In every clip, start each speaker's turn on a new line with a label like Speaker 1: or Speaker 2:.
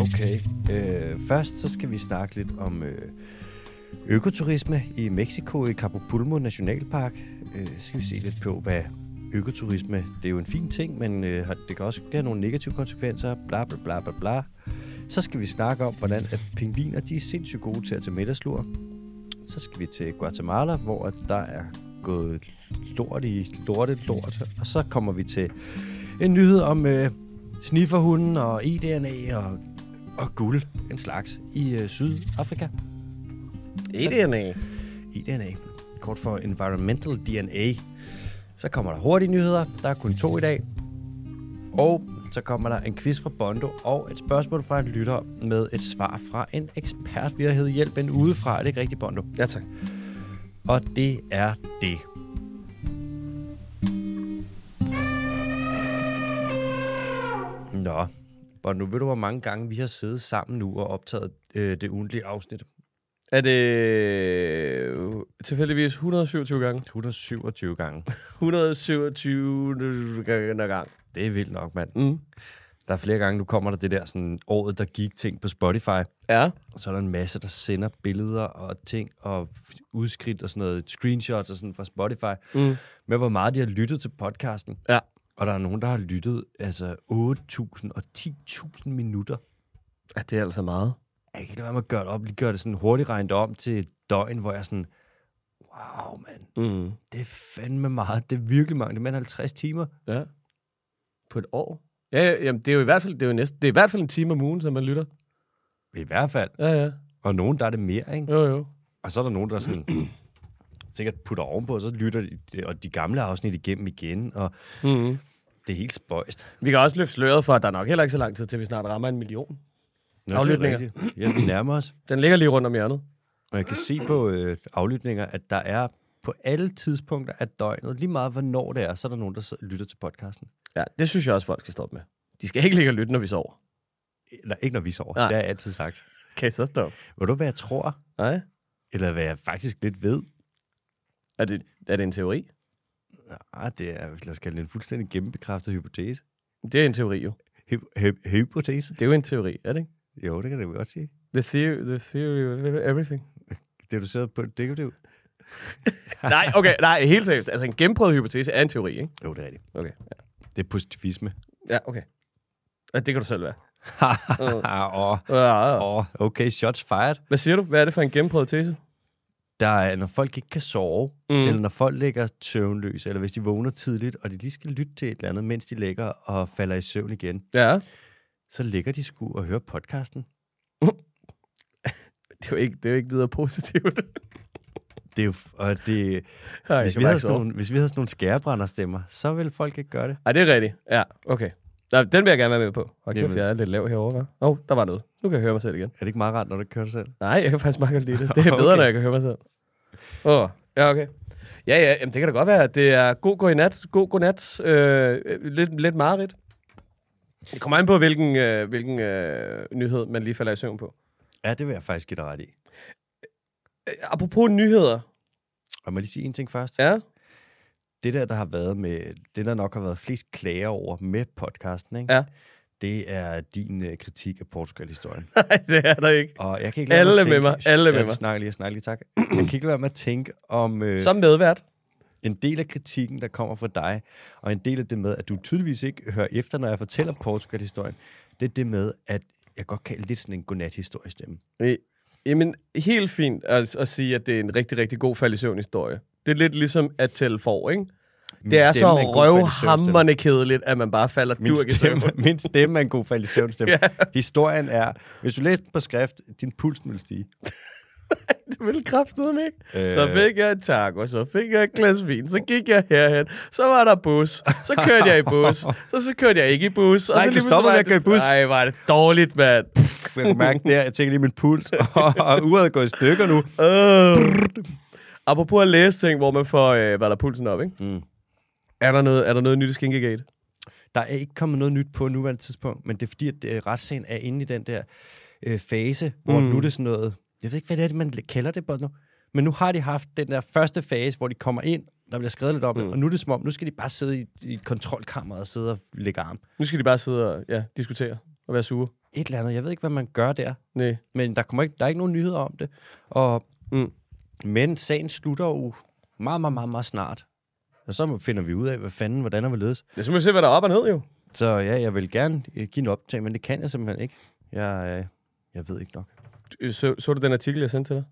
Speaker 1: Okay. Øh, først så skal vi snakke lidt om øh, økoturisme i Mexico i Capopulmo Nationalpark. Øh, så skal vi se lidt på, hvad økoturisme, det er jo en fin ting, men øh, har- det kan også have nogle negative konsekvenser, bla bla bla bla bla. Så skal vi snakke om, hvordan at pingviner, de er sindssygt gode til at tage middagslur. Så skal vi til Guatemala, hvor at der er gået lort i lortet lort. Og så kommer vi til en nyhed om øh, snifferhunden og e-DNA og, og guld, en slags, i øh, Sydafrika.
Speaker 2: E-DNA.
Speaker 1: eDNA, kort for Environmental DNA. Så kommer der hurtige nyheder, der er kun to i dag. Og så kommer der en quiz fra Bondo og et spørgsmål fra en lytter med et svar fra en ekspert. Vi har heddet hjælp en udefra, er det ikke rigtigt, Bondo?
Speaker 2: Ja, tak.
Speaker 1: Og det er det. Nå, Bondo, ved du, hvor mange gange vi har siddet sammen nu og optaget øh, det ugentlige afsnit?
Speaker 2: Er det øh, tilfældigvis 127 gange?
Speaker 1: 127 gange.
Speaker 2: 127 gange gang.
Speaker 1: Det er vildt nok, mand.
Speaker 2: Mm.
Speaker 1: Der er flere gange, nu kommer der det der sådan, året, der gik ting på Spotify.
Speaker 2: Ja.
Speaker 1: Og så er der en masse, der sender billeder og ting og f- udskridt og sådan noget, screenshots og sådan fra Spotify.
Speaker 2: Mm.
Speaker 1: Med hvor meget de har lyttet til podcasten.
Speaker 2: Ja.
Speaker 1: Og der er nogen, der har lyttet altså 8.000 og 10.000 minutter.
Speaker 2: ja. det er altså meget.
Speaker 1: Jeg kan ikke lade være med at gøre det op. Lige gøre det sådan hurtigt regnet om til et døgn, hvor jeg er sådan, wow, mand,
Speaker 2: Mm.
Speaker 1: det er fandme meget. Det er virkelig mange. Det er mere end 50 timer.
Speaker 2: Ja. På et år? Ja, ja jamen, det er jo i hvert fald, det er jo næsten, det er i hvert fald en time om ugen, som man lytter.
Speaker 1: I hvert fald.
Speaker 2: Ja, ja.
Speaker 1: Og nogen, der er det mere, ikke?
Speaker 2: Jo, jo.
Speaker 1: Og så er der nogen, der sådan, sikkert putter ovenpå, og så lytter de, det- og de gamle afsnit igennem igen, og
Speaker 2: Mm.
Speaker 1: det er helt spøjst.
Speaker 2: Vi kan også løfte sløret for, at der er nok heller ikke så lang tid til, vi snart rammer en million.
Speaker 1: Nå, det er
Speaker 2: Aflytninger.
Speaker 1: rigtigt. Ja, vi nærmer os.
Speaker 2: Den ligger lige rundt om hjørnet.
Speaker 1: Og jeg kan se på øh, aflytninger, at der er på alle tidspunkter af døgnet, lige meget hvornår det er, så er der nogen, der sidder og lytter til podcasten.
Speaker 2: Ja, det synes jeg også, folk skal stoppe med. De skal ikke ligge og lytte, når vi sover.
Speaker 1: Nej, ikke når vi sover.
Speaker 2: Nej.
Speaker 1: Det har jeg altid sagt.
Speaker 2: Kan I så stoppe?
Speaker 1: Ved du, hvad jeg tror?
Speaker 2: Nej.
Speaker 1: Eller hvad jeg faktisk lidt ved?
Speaker 2: Er det, er det en teori?
Speaker 1: Nej, Ah, det er, lad os kalde det en fuldstændig gennembekræftet hypotese.
Speaker 2: Det er en teori jo.
Speaker 1: Hy- hy- hypotese?
Speaker 2: Det er jo en teori, er det ikke?
Speaker 1: Jo, det kan det godt sige.
Speaker 2: The theory, the theory of everything.
Speaker 1: Det, du sidder på, det kan det jo.
Speaker 2: nej, okay, nej, helt seriøst. Altså, en gennemprøvet hypotese er en teori, ikke?
Speaker 1: Jo, det er det.
Speaker 2: Okay.
Speaker 1: Det er positivisme.
Speaker 2: Ja, okay. Ja, det kan du selv være.
Speaker 1: Åh, oh,
Speaker 2: Ja, ja.
Speaker 1: oh, okay, shots fired.
Speaker 2: Hvad siger du? Hvad er det for en gennemprøvet tese?
Speaker 1: Der er, når folk ikke kan sove, mm. eller når folk ligger søvnløse, eller hvis de vågner tidligt, og de lige skal lytte til et eller andet, mens de ligger og falder i søvn igen,
Speaker 2: Ja,
Speaker 1: så ligger de sgu og hører podcasten.
Speaker 2: det er jo ikke, det er jo ikke videre positivt.
Speaker 1: Det er jo, f- og det,
Speaker 2: Ej,
Speaker 1: hvis,
Speaker 2: jeg
Speaker 1: vi havde
Speaker 2: kan bare
Speaker 1: sådan
Speaker 2: sove.
Speaker 1: nogle, hvis vi havde sådan nogle skærebrænderstemmer, så ville folk ikke gøre det.
Speaker 2: Ej, det er rigtigt. Ja, okay. Nej, den vil jeg gerne være med på. Og kæft,
Speaker 1: Jamen.
Speaker 2: jeg er lidt lav herovre, hva'? Åh, oh, der var noget. Nu kan jeg høre mig selv igen.
Speaker 1: Er det ikke meget rart, når du kører det selv?
Speaker 2: Nej, jeg kan faktisk meget godt lide det. Det er bedre,
Speaker 1: Okay.
Speaker 2: når jeg kan høre mig selv. Åh, oh, ja, okay. Ja, ja, jamen, det kan da godt være, at det er god god i nat, god god nat, øh, øh, lidt, lidt mareridt. Det kommer an på, hvilken, øh, hvilken øh, nyhed man lige falder i søvn på.
Speaker 1: Ja, det vil jeg faktisk give dig ret i.
Speaker 2: Øh, apropos nyheder.
Speaker 1: Og må jeg lige sige en ting først.
Speaker 2: Ja,
Speaker 1: Det der, der har været med, det der nok har været flest klager over med podcasten, ikke?
Speaker 2: Ja.
Speaker 1: det er din øh, kritik af Portugal-historien.
Speaker 2: nej, det er der ikke.
Speaker 1: Og jeg kan ikke
Speaker 2: Alle
Speaker 1: være
Speaker 2: med mig,
Speaker 1: Shh,
Speaker 2: alle med
Speaker 1: jeg
Speaker 2: mig.
Speaker 1: Snakker lige, jeg snakker lige, tak. Jeg kan ikke være med at tænke om øh,
Speaker 2: Som medvært.
Speaker 1: en del af kritikken, der kommer fra dig, og en del af det med, at du tydeligvis ikke hører efter, når jeg fortæller Portugal-historien. Det er det med, at jeg godt kan lidt sådan en godnat-historiestemme.
Speaker 2: Øh, Jamen, helt fint at, at sige, at det er en rigtig, rigtig god fald i søvn historie. Det er lidt ligesom at tælle for, ikke?
Speaker 1: Min
Speaker 2: det er så
Speaker 1: stemme en god fald i søvnstemme.
Speaker 2: røvhammerne kedeligt, at man bare falder
Speaker 1: Min
Speaker 2: durk i søvn.
Speaker 1: stemme, min stemme er en god fald i søvnstemme.
Speaker 2: Ja.
Speaker 1: Historien er, hvis du læser den på skrift, din puls vil stige.
Speaker 2: Det ville kraftedeme ikke.
Speaker 1: Øh.
Speaker 2: Øh. Så fik jeg en taco, så fik jeg et glas vin, så gik jeg herhen, så var der bus, så kørte jeg i bus, så, så kørte jeg ikke i bus. og
Speaker 1: Nej,
Speaker 2: så
Speaker 1: du
Speaker 2: lige pludselig
Speaker 1: stoppede
Speaker 2: var
Speaker 1: med at
Speaker 2: jeg-
Speaker 1: køre i bus.
Speaker 2: Nej, var det dårligt, mand.
Speaker 1: Jeg kan mærke der, jeg tænker lige min puls, og, og uret er gået i stykker nu.
Speaker 2: Øh. Apropos at læse ting, hvor man får, øh, hvad der pulsen op, ikke?
Speaker 1: Mm.
Speaker 2: Er der noget, er der noget nyt i Skinkegate?
Speaker 1: Der er ikke kommet noget nyt på nuværende tidspunkt, men det er fordi, at øh, retssagen er inde i den der øh, fase, hvor mm. nu er det sådan noget... Jeg ved ikke, hvad det er, man kalder det på nu. Men nu har de haft den der første fase, hvor de kommer ind, der bliver skrevet lidt om det, og nu er det som om, nu skal de bare sidde i, i kontrolkammeret og sidde og lægge arm.
Speaker 2: Nu skal de bare sidde og ja, diskutere. og være sure.
Speaker 1: Et eller andet. Jeg ved ikke, hvad man gør der.
Speaker 2: Nej.
Speaker 1: Men der, kommer ikke, der er ikke nogen nyheder om det. Og,
Speaker 2: Mm.
Speaker 1: Men sagen slutter jo meget, meget, meget, meget snart. Og så finder vi ud af, hvad fanden, hvordan og hvorledes.
Speaker 2: Ja, så må vi se, hvad der er op og ned, jo.
Speaker 1: Så ja, jeg vil gerne øh, give en optag, men det kan jeg simpelthen ikke. Jeg, øh, jeg ved ikke nok.
Speaker 2: Øh, Så, så du den artikel, jeg sendte til dig?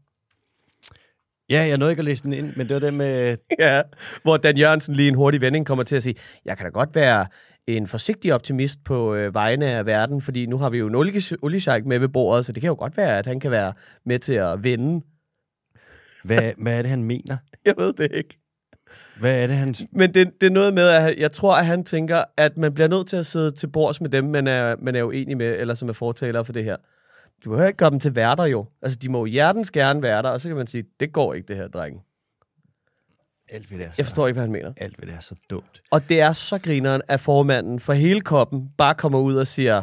Speaker 1: Ja, jeg nåede ikke at læse den ind, men det var den med...
Speaker 2: Ja, hvor Dan Jørgensen lige i en hurtig vending kommer til at sige, jeg kan da godt være en forsigtig optimist på øh, vegne af verden, fordi nu har vi jo en olie- oliesjejk med ved bordet, så det kan jo godt være, at han kan være med til at vende.
Speaker 1: Hvad, hvad er det, han mener?
Speaker 2: Jeg ved det ikke.
Speaker 1: Hvad er det, han...
Speaker 2: Men det, det er noget med, at jeg tror, at han tænker, at man bliver nødt til at sidde til bords med dem, man er, man er jo enig med, eller som er fortalere for det her. Du behøver ikke gøre dem til værter jo. Altså, de må jo hjertens gerne være der, og så kan man sige, det går ikke, det her, drenge.
Speaker 1: Alt ved det er så,
Speaker 2: Jeg forstår ikke, hvad han mener.
Speaker 1: Alt ved det er så dumt.
Speaker 2: Og det er så grineren, at formanden for hele koppen bare kommer ud og siger,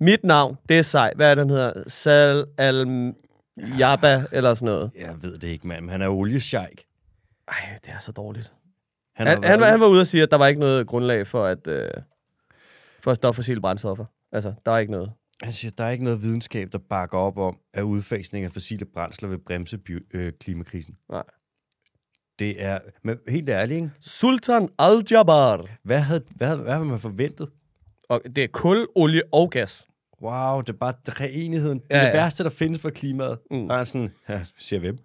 Speaker 2: mit navn, det er sej. Hvad er den hedder? Sal al Jabba, eller sådan noget.
Speaker 1: Jeg ved det ikke, mand. men Han er oliesjejk.
Speaker 2: Ej, det er så dårligt.
Speaker 1: Han, har
Speaker 2: Han, han,
Speaker 1: været-
Speaker 2: var, han var ude og sige, at der var ikke noget grundlag for at, øh, for at stoppe fossile brændstoffer. Altså, der er ikke noget.
Speaker 1: han siger, der er ikke noget videnskab, der bakker op om, at udfasning af fossile brændsler vil bremse bio- øh, klimakrisen.
Speaker 2: Nej.
Speaker 1: Det er... Men helt ærligt, ikke?
Speaker 2: Sultan al-Jabbar.
Speaker 1: Hvad havde, hvad, havde- hvad havde man forventet?
Speaker 2: Og det er kul, olie og gas.
Speaker 1: Wow, det er bare treenigheden. Det er
Speaker 2: Ja,
Speaker 1: ja, ja. det
Speaker 2: ja.
Speaker 1: værste, der findes for klimaet. Mm. Og han er sådan, ja, siger hvem?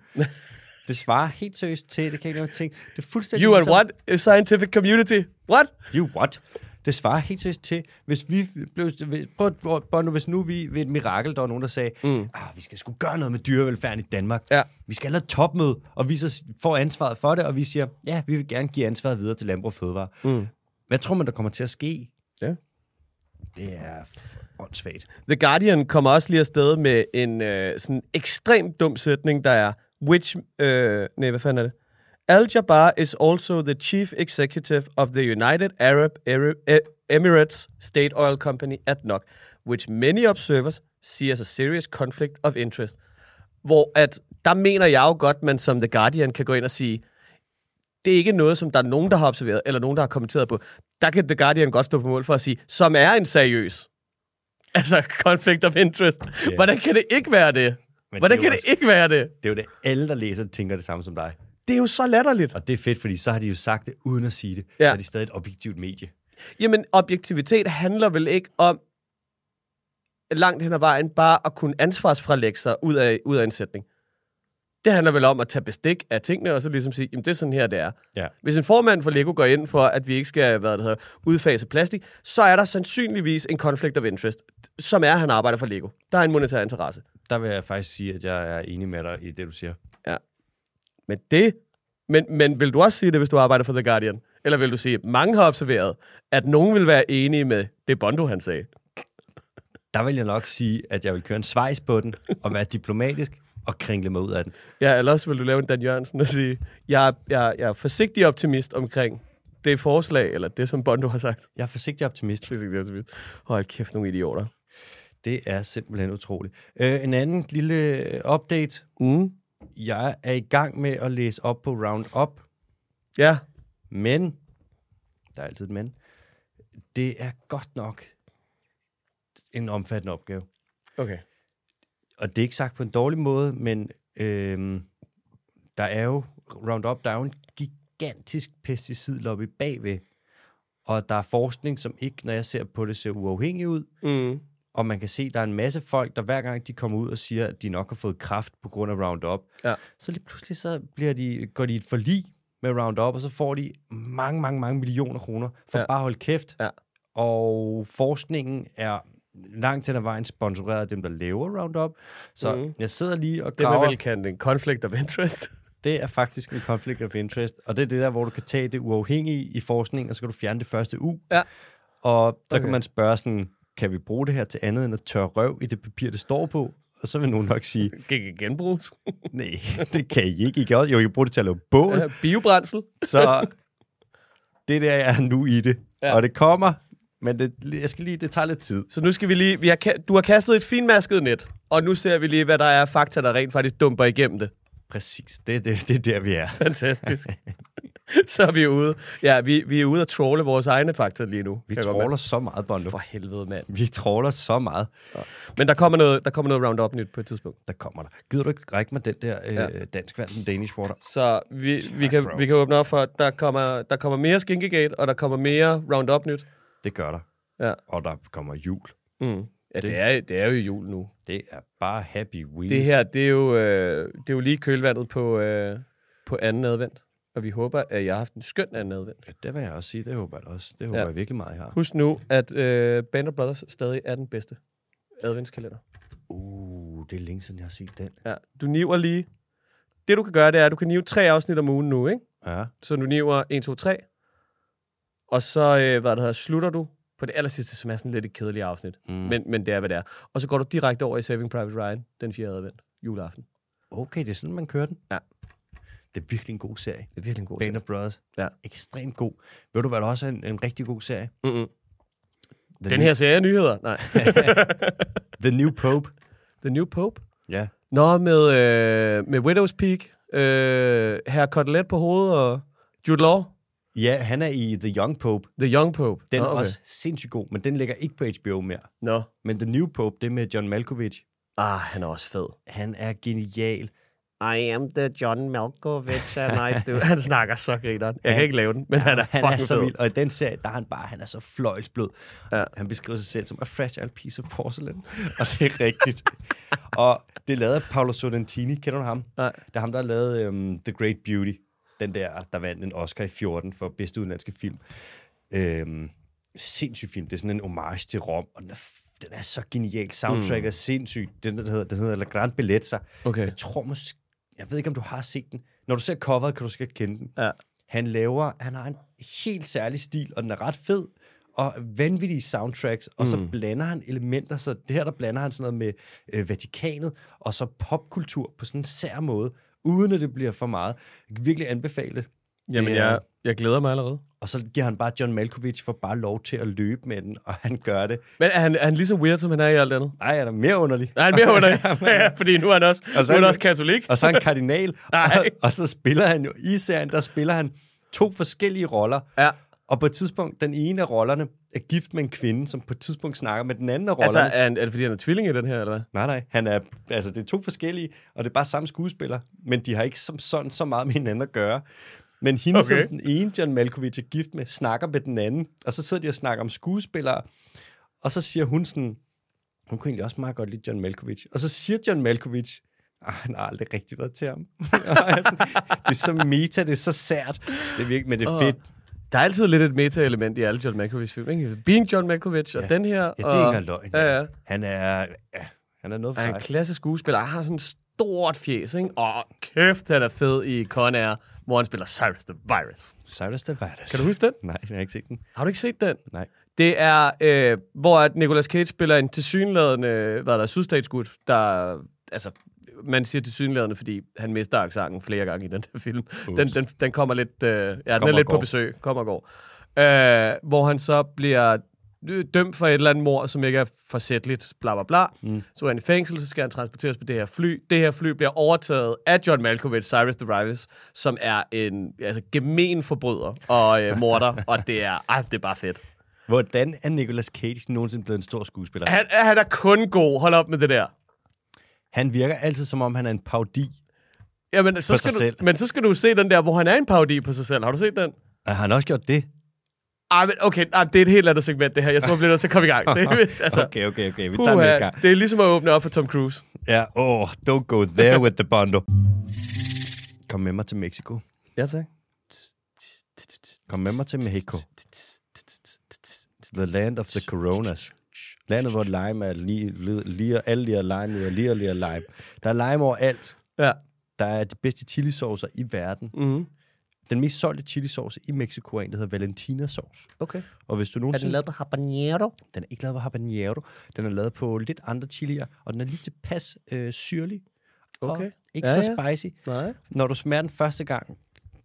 Speaker 1: det svarer helt seriøst til, det kan jeg ikke lade mig tænke. Det er fuldstændig
Speaker 2: You and
Speaker 1: ligesom-
Speaker 2: what? A scientific community. What?
Speaker 1: You what? Det svarer helt seriøst til, hvis vi blev... hvis- Prøv, prøv, prøv nu, hvis nu vi ved et mirakel, der var nogen, der sagde, mm. ah, vi skal sgu gøre noget med dyrevelfærden i Danmark.
Speaker 2: Ja.
Speaker 1: Vi skal have et topmøde, og vi så s- får ansvaret for det, og vi siger, ja, vi vil gerne give ansvaret videre til Landbrug og Fødevare. Mm. Hvad tror man, der kommer til at ske?
Speaker 2: Ja.
Speaker 1: Det er f- åndssvagt.
Speaker 2: The Guardian kommer også lige afsted med en øh, sådan ekstremt dum sætning, der er, which, øh, nej, hvad fanden er det? Al-Jabbar is also the chief executive of the United Arab Eri- E- Emirates State Oil Company at NOC, which many observers see as a serious conflict of interest. Hvor at, der mener jeg jo godt, man som The Guardian kan gå ind og sige, det er ikke noget, som der er nogen, der har observeret, eller nogen, der har kommenteret på. Der kan The Guardian godt stå på mål for at sige, som er en seriøs Altså, conflict of interest. Yeah. Hvordan kan det ikke være det?
Speaker 1: Men
Speaker 2: Men Hvordan
Speaker 1: det er jo
Speaker 2: det
Speaker 1: også-
Speaker 2: kan det ikke være det?
Speaker 1: Det er jo det, alle, der læser det, tænker det samme som dig.
Speaker 2: Det er jo så latterligt.
Speaker 1: Og det er fedt, fordi så har de jo sagt det, uden at sige det.
Speaker 2: Ja.
Speaker 1: Så er de stadig et objektivt medie.
Speaker 2: Jamen, objektivitet handler vel ikke om langt hen ad vejen bare at kunne ansvarsfralægge sig ud af, ud af en sætning. Det handler vel om at tage bestik af tingene, og så ligesom sige, jamen det er sådan her, det er.
Speaker 1: Ja.
Speaker 2: Hvis en formand for Lego går ind for, at vi ikke skal hvad det hedder, udfase plastik, så er der sandsynligvis en conflict of interest, som er, at han arbejder for Lego. Der er en monetær interesse.
Speaker 1: Der vil jeg faktisk sige, at jeg er enig med dig i det, du siger.
Speaker 2: Men det... Men, men vil du også sige det, hvis du arbejder for The Guardian? Eller vil du sige, at mange har observeret, at nogen vil være enige med det Bondo, han sagde?
Speaker 1: Der vil jeg nok sige, at jeg vil køre en svejs på den, og være diplomatisk, og kringle mig ud af den.
Speaker 2: Ja, eller også vil du lave en Dan Jørgensen og sige, jeg, er- jeg, er- jeg er forsigtig optimist omkring det forslag, eller det, som Bondo har sagt.
Speaker 1: Jeg er forsigtig optimist.
Speaker 2: Forsigtig optimist. Hold kæft, nogle idioter.
Speaker 1: Det er simpelthen utroligt. Øh, en anden lille update.
Speaker 2: Mm.
Speaker 1: Jeg er i gang med at læse op på Roundup,
Speaker 2: Ja,
Speaker 1: men, der er altid et men, det er godt nok en omfattende opgave.
Speaker 2: okay.
Speaker 1: og det er ikke sagt på en dårlig måde, men øhm, der er jo Roundup, der er jo en gigantisk pesticidlobby bagved. Og der er forskning, som ikke, når jeg ser på det, ser uafhængig ud.
Speaker 2: Mm.
Speaker 1: Og man kan se, at der er en masse folk, der hver gang de kommer ud og siger, at de nok har fået kraft på grund af Roundup,
Speaker 2: Ja.
Speaker 1: så lige pludselig så bliver de, går de i et forlig med Roundup, og så får de mange, mange, mange millioner kroner for ja.
Speaker 2: Ja.
Speaker 1: bare at holde kæft.
Speaker 2: Ja.
Speaker 1: Og forskningen er langt hen ad vejen sponsoreret af dem, der laver Roundup. Så mm. jeg sidder lige og
Speaker 2: Mhm. Det
Speaker 1: graver.
Speaker 2: man vel kalde en conflict of interest.
Speaker 1: Det er faktisk en conflict of interest, og det er det der, hvor du kan tage det uafhængige i forskning, og så kan du fjerne det første u.
Speaker 2: Ja.
Speaker 1: Og så okay. kan
Speaker 2: Okay.
Speaker 1: man spørge sådan, kan vi bruge det her til andet end at tørre røv i det papir, det står på? Og så vil nogen nok sige,
Speaker 2: Gik i genbrugs.
Speaker 1: nej, det kan I ikke. I kan også, jo, I kan bruge det til at lave bål.
Speaker 2: Ja, Biobrændsel.
Speaker 1: Så det der jeg er nu i det. Ja.
Speaker 2: Ja.
Speaker 1: Og det kommer, men det, jeg skal lige, det tager lidt tid.
Speaker 2: Så nu skal vi lige... Vi har, ka- du har kastet et finmasket net, og nu ser vi lige, hvad der er af fakta, der rent faktisk dumper igennem det.
Speaker 1: Præcis, det, det, det er der, vi er.
Speaker 2: Fantastisk. så er vi ude. Ja, vi, vi er ude at trawle vores egne fakta lige nu.
Speaker 1: Vi
Speaker 2: kan jeg godt
Speaker 1: trawler så meget, Bondo.
Speaker 2: mærke. For helvede, mand.
Speaker 1: Vi trawler så meget.
Speaker 2: Men der kommer noget, der kommer noget roundup nyt på et tidspunkt.
Speaker 1: Der kommer der. Gider du ikke række mig den der øh,
Speaker 2: Ja.
Speaker 1: dansk vand, den Danish water?
Speaker 2: Så vi, vi,
Speaker 1: Tak,
Speaker 2: kan,
Speaker 1: bro.
Speaker 2: vi kan åbne op for, at der kommer, der kommer mere Skinkegate, og der kommer mere roundup nyt.
Speaker 1: Det gør der.
Speaker 2: Ja.
Speaker 1: Og der kommer jul.
Speaker 2: Mm. Ja, det er, det er jo jul nu.
Speaker 1: Det er bare happy wheel.
Speaker 2: Det her, det er jo, øh, det er jo lige kølvandet på, øh, på anden advent. Og vi håber, at jeg har haft en skøn anden advent.
Speaker 1: Ja, det vil jeg også sige. Det håber jeg da også. Det håber
Speaker 2: Ja.
Speaker 1: ja. jeg virkelig meget, jeg har.
Speaker 2: Husk nu, at øh, Band of Brothers stadig er den bedste adventskalender.
Speaker 1: Uh, det er længe siden, jeg har set den.
Speaker 2: Ja, du niver lige. Det, du kan gøre, det er, at du kan nive tre afsnit om ugen nu, ikke?
Speaker 1: Ja.
Speaker 2: Så du niver 1, 2, 3. Og så, øh, hvad det hedder, slutter du på det aller sidste, som er sådan lidt et kedeligt afsnit. Mm. Men, men det er, hvad det er. Og så går du direkte over i Saving Private Ryan den 4. advent, juleaften.
Speaker 1: Okay, det er sådan, man kører den.
Speaker 2: Ja.
Speaker 1: Det er virkelig en god serie.
Speaker 2: Det er virkelig en god
Speaker 1: Band of Brothers.
Speaker 2: Ja.
Speaker 1: Ekstremt god. Ved du, hvad der også er en, en rigtig god serie?
Speaker 2: Mm-mm.
Speaker 1: The
Speaker 2: Den
Speaker 1: New-
Speaker 2: her serie er nyheder. Nej.
Speaker 1: The New Pope.
Speaker 2: The New Pope.
Speaker 1: Ja.
Speaker 2: Nå, med, øh, med Widow's Peak. Øh, Herre Kotelet på hovedet og Jude Law.
Speaker 1: Ja, han er i The Young Pope.
Speaker 2: The Young Pope.
Speaker 1: Den
Speaker 2: Nå,
Speaker 1: er også sindssygt god, men den ligger ikke på HBO mere.
Speaker 2: Nå.
Speaker 1: Men The New Pope, det er med John Malkovich.
Speaker 2: Ah, han er også fed.
Speaker 1: Han er genial.
Speaker 2: I am the John Malkovich, and I do. han snakker så grineren. Jeg kan ikke lave den, men han er
Speaker 1: han er
Speaker 2: fucking
Speaker 1: så
Speaker 2: fed.
Speaker 1: vild. Og i den serie, der er han bare, han er så fløjlsblød.
Speaker 2: Ja.
Speaker 1: Ja. Han beskriver sig selv som a fragile piece of porcelain. og det er rigtigt. og det er lavet af Paolo Sorrentini. Kender du ham?
Speaker 2: Nej.
Speaker 1: Det er ham, der har lavet øhm, The Great Beauty. Den der, der vandt en Oscar i 14 for bedste udenlandske film. Øhm, sindssyg film. Det er sådan en homage til Rom, og den er, f- den er så genial. Soundtrack mm. er sindssyg. Den, der hedder, den hedder La Grande Bellezza.
Speaker 2: Okay.
Speaker 1: Jeg tror måske... Jeg ved ikke, om du har set den. Når du ser coveret, kan du sikkert kende den.
Speaker 2: Ja.
Speaker 1: Han laver... Han har en helt særlig stil, og den er ret fed og vanvittige soundtracks, og mm. så blander han elementer, så det her, der blander han sådan noget med øh, Vatikanet, og så popkultur på sådan en sær måde, uden at det bliver for meget. Jeg kan virkelig anbefale det.
Speaker 2: Jamen,
Speaker 1: Det er-
Speaker 2: jeg, jeg glæder mig allerede.
Speaker 1: Og så giver han bare John Malkovich for bare lov til at løbe med den, og han gør det.
Speaker 2: Men er han, er han lige så weird, som han er i alt andet?
Speaker 1: Ej, er der mere underlig?
Speaker 2: Nej, han er mere under ja, fordi nu er han også,
Speaker 1: Og så
Speaker 2: nu
Speaker 1: er
Speaker 2: er han
Speaker 1: han-
Speaker 2: også katolik.
Speaker 1: Og så er han kardinal,
Speaker 2: Nej.
Speaker 1: og, og så spiller han jo i serien, der spiller han to forskellige roller.
Speaker 2: Ja.
Speaker 1: Og på et tidspunkt, den ene af rollerne er gift med en kvinde, som på et tidspunkt snakker med den anden af rollerne.
Speaker 2: Altså, er, han, er det fordi, han er tvilling i den her, eller hvad?
Speaker 1: Nej, nej. Han er, altså, det er to forskellige, og det er bare samme skuespiller, men de har ikke som sådan så meget med hinanden at gøre. Men hende, okay.
Speaker 2: Okay.
Speaker 1: som den ene John Malkovich er gift med, snakker med den anden, og så sidder de og snakker om skuespillere, og så siger hun sådan, hun kunne egentlig også meget godt lide John Malkovich. Og så siger John Malkovich, "Ah, han har aldrig rigtig været til ham. Og jeg er sådan, det er så meta, det er så sært. Det er virkelig, men det er fedt.
Speaker 2: Der er altid lidt et meta-element i alle John Malkovich film, ikke? Being John Malkovich, og den her,
Speaker 1: Ja, det
Speaker 2: og...
Speaker 1: er ikke engang løgn.
Speaker 2: Ja, ja.
Speaker 1: Han er, ja, han er noget for
Speaker 2: Han er
Speaker 1: sig.
Speaker 2: en klasse skuespiller. Han har sådan en stort fjes, ikke? Og kæft, han er fed i Con Air, hvor han spiller Cyrus the Virus.
Speaker 1: Cyrus Tavares.
Speaker 2: Kan du huske den?
Speaker 1: Nej, jeg har ikke set den.
Speaker 2: Har du ikke set den?
Speaker 1: Nej.
Speaker 2: Det er, øh, hvor at Nicolas Cage spiller en tilsyneladende, hvad er der, sydstatsgud, der, altså, man siger tilsyneladende, fordi han mister accenten flere gange i den der film. Den, den, den kommer lidt, øh, ja, den
Speaker 1: Kommer
Speaker 2: er
Speaker 1: og
Speaker 2: lidt på
Speaker 1: går.
Speaker 2: besøg, kommer og går. Øh, hvor han så bliver øh, dømt for et eller andet mor, som ikke er forsætteligt, bla bla bla. Mm. Så er han i fængsel, så skal han transporteres på det her fly. Det her fly bliver overtaget af John Malkovich, Cyrus the Rivis, som er en altså, gemen forbryder og øh, morder, og det er, ej, det er bare fedt.
Speaker 1: Hvordan er Nicolas Cage nogensinde blevet en stor skuespiller? Han,
Speaker 2: Han, han er kun god. Hold op med det der.
Speaker 1: han virker altid, som om han er en paudi.
Speaker 2: Jamen, så
Speaker 1: På sig
Speaker 2: skal du,
Speaker 1: selv.
Speaker 2: Men så skal du se den der, hvor han er en parodi på sig selv. Har du set den?
Speaker 1: Har han også gjort det?
Speaker 2: Ah, men okay, ah, det er et helt andet segment, det her. Jeg tror, vi bliver nødt til at komme i gang. Det, er- altså,
Speaker 1: Okay, okay, okay. Vi tager den næste
Speaker 2: puha,
Speaker 1: gang.
Speaker 2: det er ligesom at åbne op for Tom Cruise.
Speaker 1: Ja, oh, don't go there with the bundle. Kom med mig til Mexico.
Speaker 2: Ja, tak.
Speaker 1: Kom med mig til Mexico. The land of the coronas. Landet, hvor lime er lige, lige, lige alle lige lime, lige, lige, lige lime. Der er lime overalt.
Speaker 2: Ja.
Speaker 1: Der er de bedste chilisaucer i verden.
Speaker 2: Mm-hmm.
Speaker 1: Den mest solgte chilisauce i Mexico er en, der hedder Valentina-sauce.
Speaker 2: Okay.
Speaker 1: Og hvis du nogensinde...
Speaker 2: lavet på habanero?
Speaker 1: Den er ikke lavet på habanero. Den er lavet på lidt andre chilier, og den er lige tilpas øh, syrlig.
Speaker 2: Okay.
Speaker 1: Og ikke
Speaker 2: Ja,
Speaker 1: ja, så
Speaker 2: ja.
Speaker 1: spicy.
Speaker 2: Nej.
Speaker 1: Når du smager den første gang,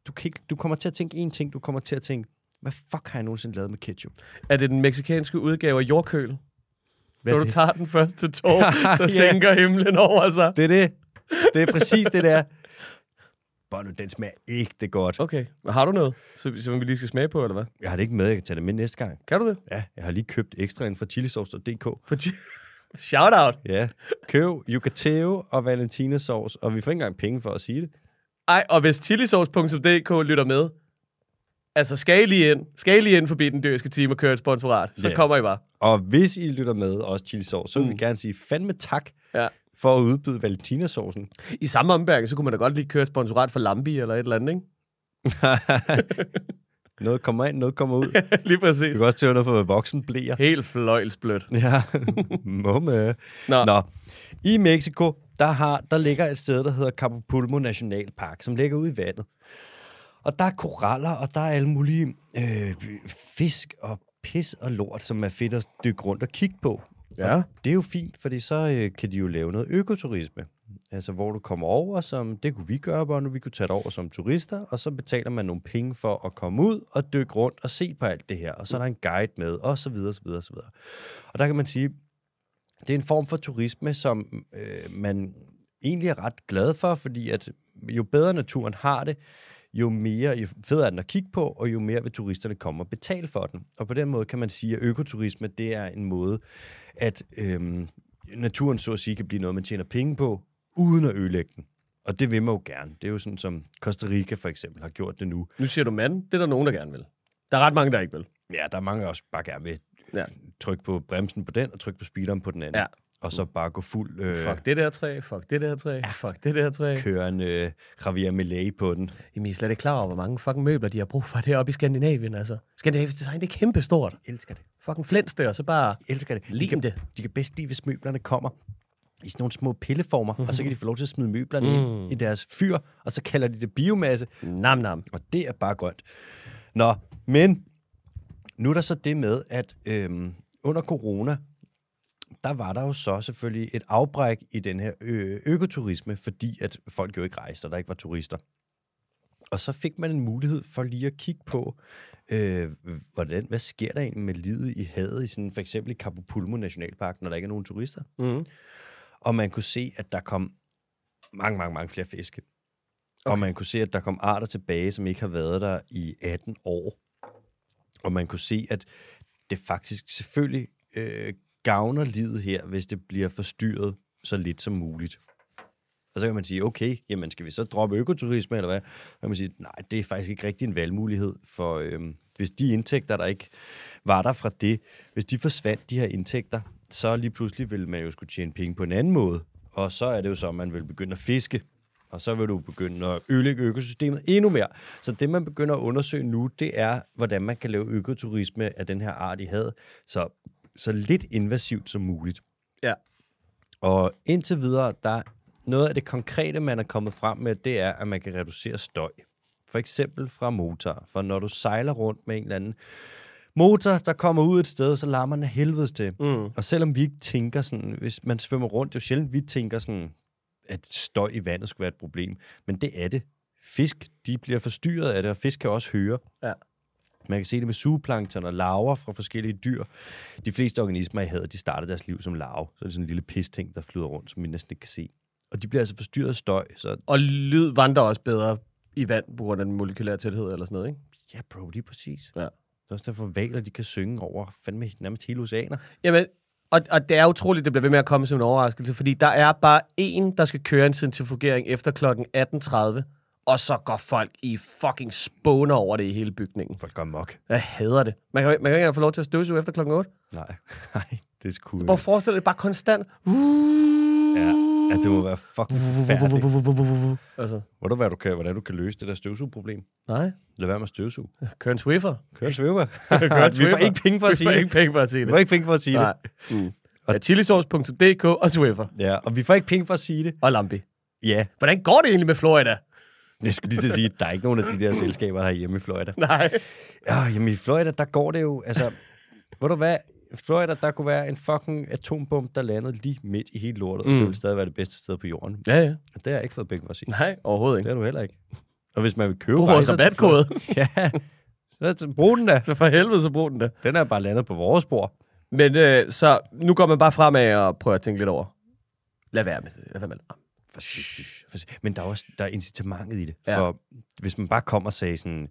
Speaker 1: du, kan ikke, du kommer til at tænke én ting. Du kommer til at tænke, hvad fuck har jeg nogensinde lavet med ketchup?
Speaker 2: Er det den meksikanske udgave af jordkøl?
Speaker 1: Hvad er
Speaker 2: Når du
Speaker 1: det?
Speaker 2: tager den første tår, så
Speaker 1: Ja.
Speaker 2: sænker himlen over sig.
Speaker 1: det er det. Det er præcis det der. Bono, den smager ægte godt.
Speaker 2: Okay. Har du noget, som, som vi lige skal smage på, eller hvad?
Speaker 1: Jeg har det ikke med, jeg kan tage det med næste gang.
Speaker 2: Kan du det?
Speaker 1: Ja, jeg har lige købt ekstra ind fra chilisauce.dk.
Speaker 2: For Shout out.
Speaker 1: Ja, køb Yucateo og valentinesauce, og vi får ikke engang penge for at sige det.
Speaker 2: Ej, og hvis chilisauce.dk lytter med, altså skal I lige ind, skal I lige ind forbi den dyrske time og køre et sponsorat, så
Speaker 1: Ja.
Speaker 2: kommer I bare.
Speaker 1: Og hvis I lytter med, også chilisauce, så vil vi gerne sige fandme tak
Speaker 2: Ja.
Speaker 1: for at udbyde valentinesaucen.
Speaker 2: I samme ombæring, så kunne man da godt lige køre et sponsorat for Lambi eller et eller andet, ikke?
Speaker 1: noget kommer ind, noget kommer ud.
Speaker 2: lige
Speaker 1: Vi
Speaker 2: præcis.
Speaker 1: kan også tage noget for voksenblæer.
Speaker 2: Helt fløjlsblødt.
Speaker 1: Ja, mumme.
Speaker 2: Nå.
Speaker 1: Nå. I Mexico, der, har, der ligger et sted, der hedder Capopulmo Nationalpark, som ligger ude i vandet. Og der er koraller, og der er alle mulige øh, fisk og pis og lort, som er fedt at dykke rundt og kigge på.
Speaker 2: Ja.
Speaker 1: Og det er jo fint, fordi så øh, kan de jo lave noget økoturisme. Altså, hvor du kommer over, som det kunne vi gøre, hvor nu vi kunne tage dig over som turister, og så betaler man nogle penge for at komme ud og dykke rundt og se på alt det her. Og så er der en guide med, og så videre, så videre, så videre. Og der kan man sige, det er en form for turisme, som øh, man egentlig er ret glad for, fordi at jo bedre naturen har det, jo mere jo federe er den at kigge på, og jo mere vil turisterne komme og betale for den. Og på den måde kan man sige, at økoturisme det er en måde, at øhm, naturen så at sige kan blive noget, man tjener penge på, uden at ødelægge den. Og det vil man jo gerne. Det er jo sådan, som Costa Rica for eksempel har gjort det nu.
Speaker 2: Nu siger du mand, det er der nogen, der gerne vil. Der er ret mange, der ikke vil.
Speaker 1: Ja, der er mange der også bare gerne vil
Speaker 2: Ja.
Speaker 1: ja. trykke på bremsen på den, og trykke på speederen på den anden.
Speaker 2: Ja.
Speaker 1: Og så bare gå fuld... Øh,
Speaker 2: Fuck det der træ, fuck det der træ, fuck det der træ.
Speaker 1: køre en øh, Javier Millet på den.
Speaker 2: Jamen, I er slet ikke klar over, hvor mange fucking møbler, de har brug for deroppe i Skandinavien, altså. Skandinavisk design, det er kæmpestort.
Speaker 1: elsker det.
Speaker 2: Fucking flens det, og så bare...
Speaker 1: elsker det.
Speaker 2: Lim
Speaker 1: de kan,
Speaker 2: det.
Speaker 1: De kan bedst lide, hvis møblerne kommer i sådan nogle små pilleformer, og så kan de få lov til at smide møblerne ind i deres fyr, og så kalder de det biomasse,
Speaker 2: Nam, nam.
Speaker 1: og det er bare grønt. Nå, men nu er der så det med, at øhm, under corona, der var der jo så selvfølgelig et afbræk i den her ø- økoturisme, fordi at folk jo ikke rejste, og der ikke var turister. Og så fik man en mulighed for lige at kigge på, øh, hvordan, hvad sker der egentlig med livet i havet, i sådan, for eksempel i Capopulmo Nationalpark, når der ikke er nogen turister.
Speaker 2: Mm.
Speaker 1: Og man kunne se, at der kom mange, mange, mange flere fiske. Okay. Og man kunne se, at der kom arter tilbage, som ikke har været der i 18 år. Og man kunne se, at det faktisk selvfølgelig øh, gavner livet her, hvis det bliver forstyrret så lidt som muligt. Og så kan man sige, okay, jamen skal vi så droppe økoturisme, eller hvad? Og kan man sige, nej, det er faktisk ikke rigtig en valgmulighed, for øhm, hvis de indtægter, der ikke var der fra det, hvis de forsvandt, de her indtægter, så lige pludselig ville man jo skulle tjene penge på en anden måde. Og så er det jo så, at man vil begynde at fiske, og så vil du begynde at ødelægge økosystemet endnu mere. Så det, man begynder at undersøge nu, det er, hvordan man kan lave økoturisme af den her art i havet, så, så lidt invasivt som muligt.
Speaker 2: Ja.
Speaker 1: Og indtil videre, der noget af det konkrete, man er kommet frem med, det er, at man kan reducere støj. For eksempel fra motor. For når du sejler rundt med en eller anden motor, der kommer ud et sted, så larmer den af helvedes til. Mm. Og selvom vi ikke tænker sådan, hvis man svømmer rundt, det er jo sjældent, vi tænker sådan, at støj i vandet skulle være et problem. Men det er det. Fisk, de bliver forstyrret af det, og fisk kan også høre.
Speaker 2: Ja.
Speaker 1: Man kan se det med sugeplankton og larver fra forskellige dyr. De fleste organismer i havet, de starter deres liv som larve. Så er det sådan en lille pisting, der flyder rundt, som vi næsten ikke kan se. Og de bliver altså forstyrret af støj, så
Speaker 2: Og lyd vandrer også bedre i vand på grund af den molekylære tæthed eller sådan noget, ikke?
Speaker 1: ja, bro, lige præcis.
Speaker 2: Ja.
Speaker 1: Det er også derfor, valer, de kan synge over fandme nærmest hele oceaner.
Speaker 2: Jamen, og, og det er utroligt, det bliver ved med at komme som en overraskelse, fordi der er bare en, der skal køre en centrifugering efter kl. 18.30, og så går folk i fucking spåner over det i hele bygningen.
Speaker 1: Folk går mok.
Speaker 2: Jeg hader det. Man kan, man kan ikke engang få lov til at støvsuge efter klokken 8.
Speaker 1: Nej, nej, det er sgu cool.
Speaker 2: Bare forestil dig bare konstant.
Speaker 1: Ja, ja, det må være fucking færdigt.
Speaker 2: Altså,
Speaker 1: Ved du, hvad du kan, hvordan du kan løse det der støvsugproblem?
Speaker 2: nej.
Speaker 1: Lad være med at støvsuge.
Speaker 2: Kør en Swiffer.
Speaker 1: Kør en svæver.
Speaker 2: Kør en
Speaker 1: Vi får
Speaker 2: Swiffer.
Speaker 1: ikke penge for at sige
Speaker 2: Vi får
Speaker 1: det.
Speaker 2: ikke penge for at sige
Speaker 1: Vi
Speaker 2: det.
Speaker 1: får ikke penge for at sige
Speaker 2: Nej.
Speaker 1: det.
Speaker 2: Mm. Ja, chilisauce.dk og Swiffer.
Speaker 1: Ja, og vi får ikke penge for at sige det.
Speaker 2: Og Lambi.
Speaker 1: Ja,
Speaker 2: Hvordan går det egentlig med Florida?
Speaker 1: jeg skulle lige til at sige, der er ikke nogen af de der selskaber, der er hjemme i Florida.
Speaker 2: Nej.
Speaker 1: Ja, jamen i Florida, der går det jo, altså, ved du hvad, I Florida, der kunne være en fucking atombombe, der landede lige midt i hele lortet, mm. og det ville stadig være det bedste sted på jorden.
Speaker 2: Ja, ja.
Speaker 1: Og det har jeg ikke fået penge for at sige.
Speaker 2: Nej, overhovedet
Speaker 1: Det
Speaker 2: ikke.
Speaker 1: har du heller ikke. Og hvis man vil købe
Speaker 2: Brug vores
Speaker 1: rejser til
Speaker 2: rabatkode.
Speaker 1: Florida, så brug den da.
Speaker 2: Så for helvede, så brug den der.
Speaker 1: Den er bare landet på vores bord.
Speaker 2: Men øh, så nu går man bare fremad og prøver at tænke lidt over. Lad være med det. Lad være med det.
Speaker 1: forsigtigt. forsigtigt. Men der er også der er incitamentet i det.
Speaker 2: Ja.
Speaker 1: Ja. For hvis man bare kommer og sagde sådan,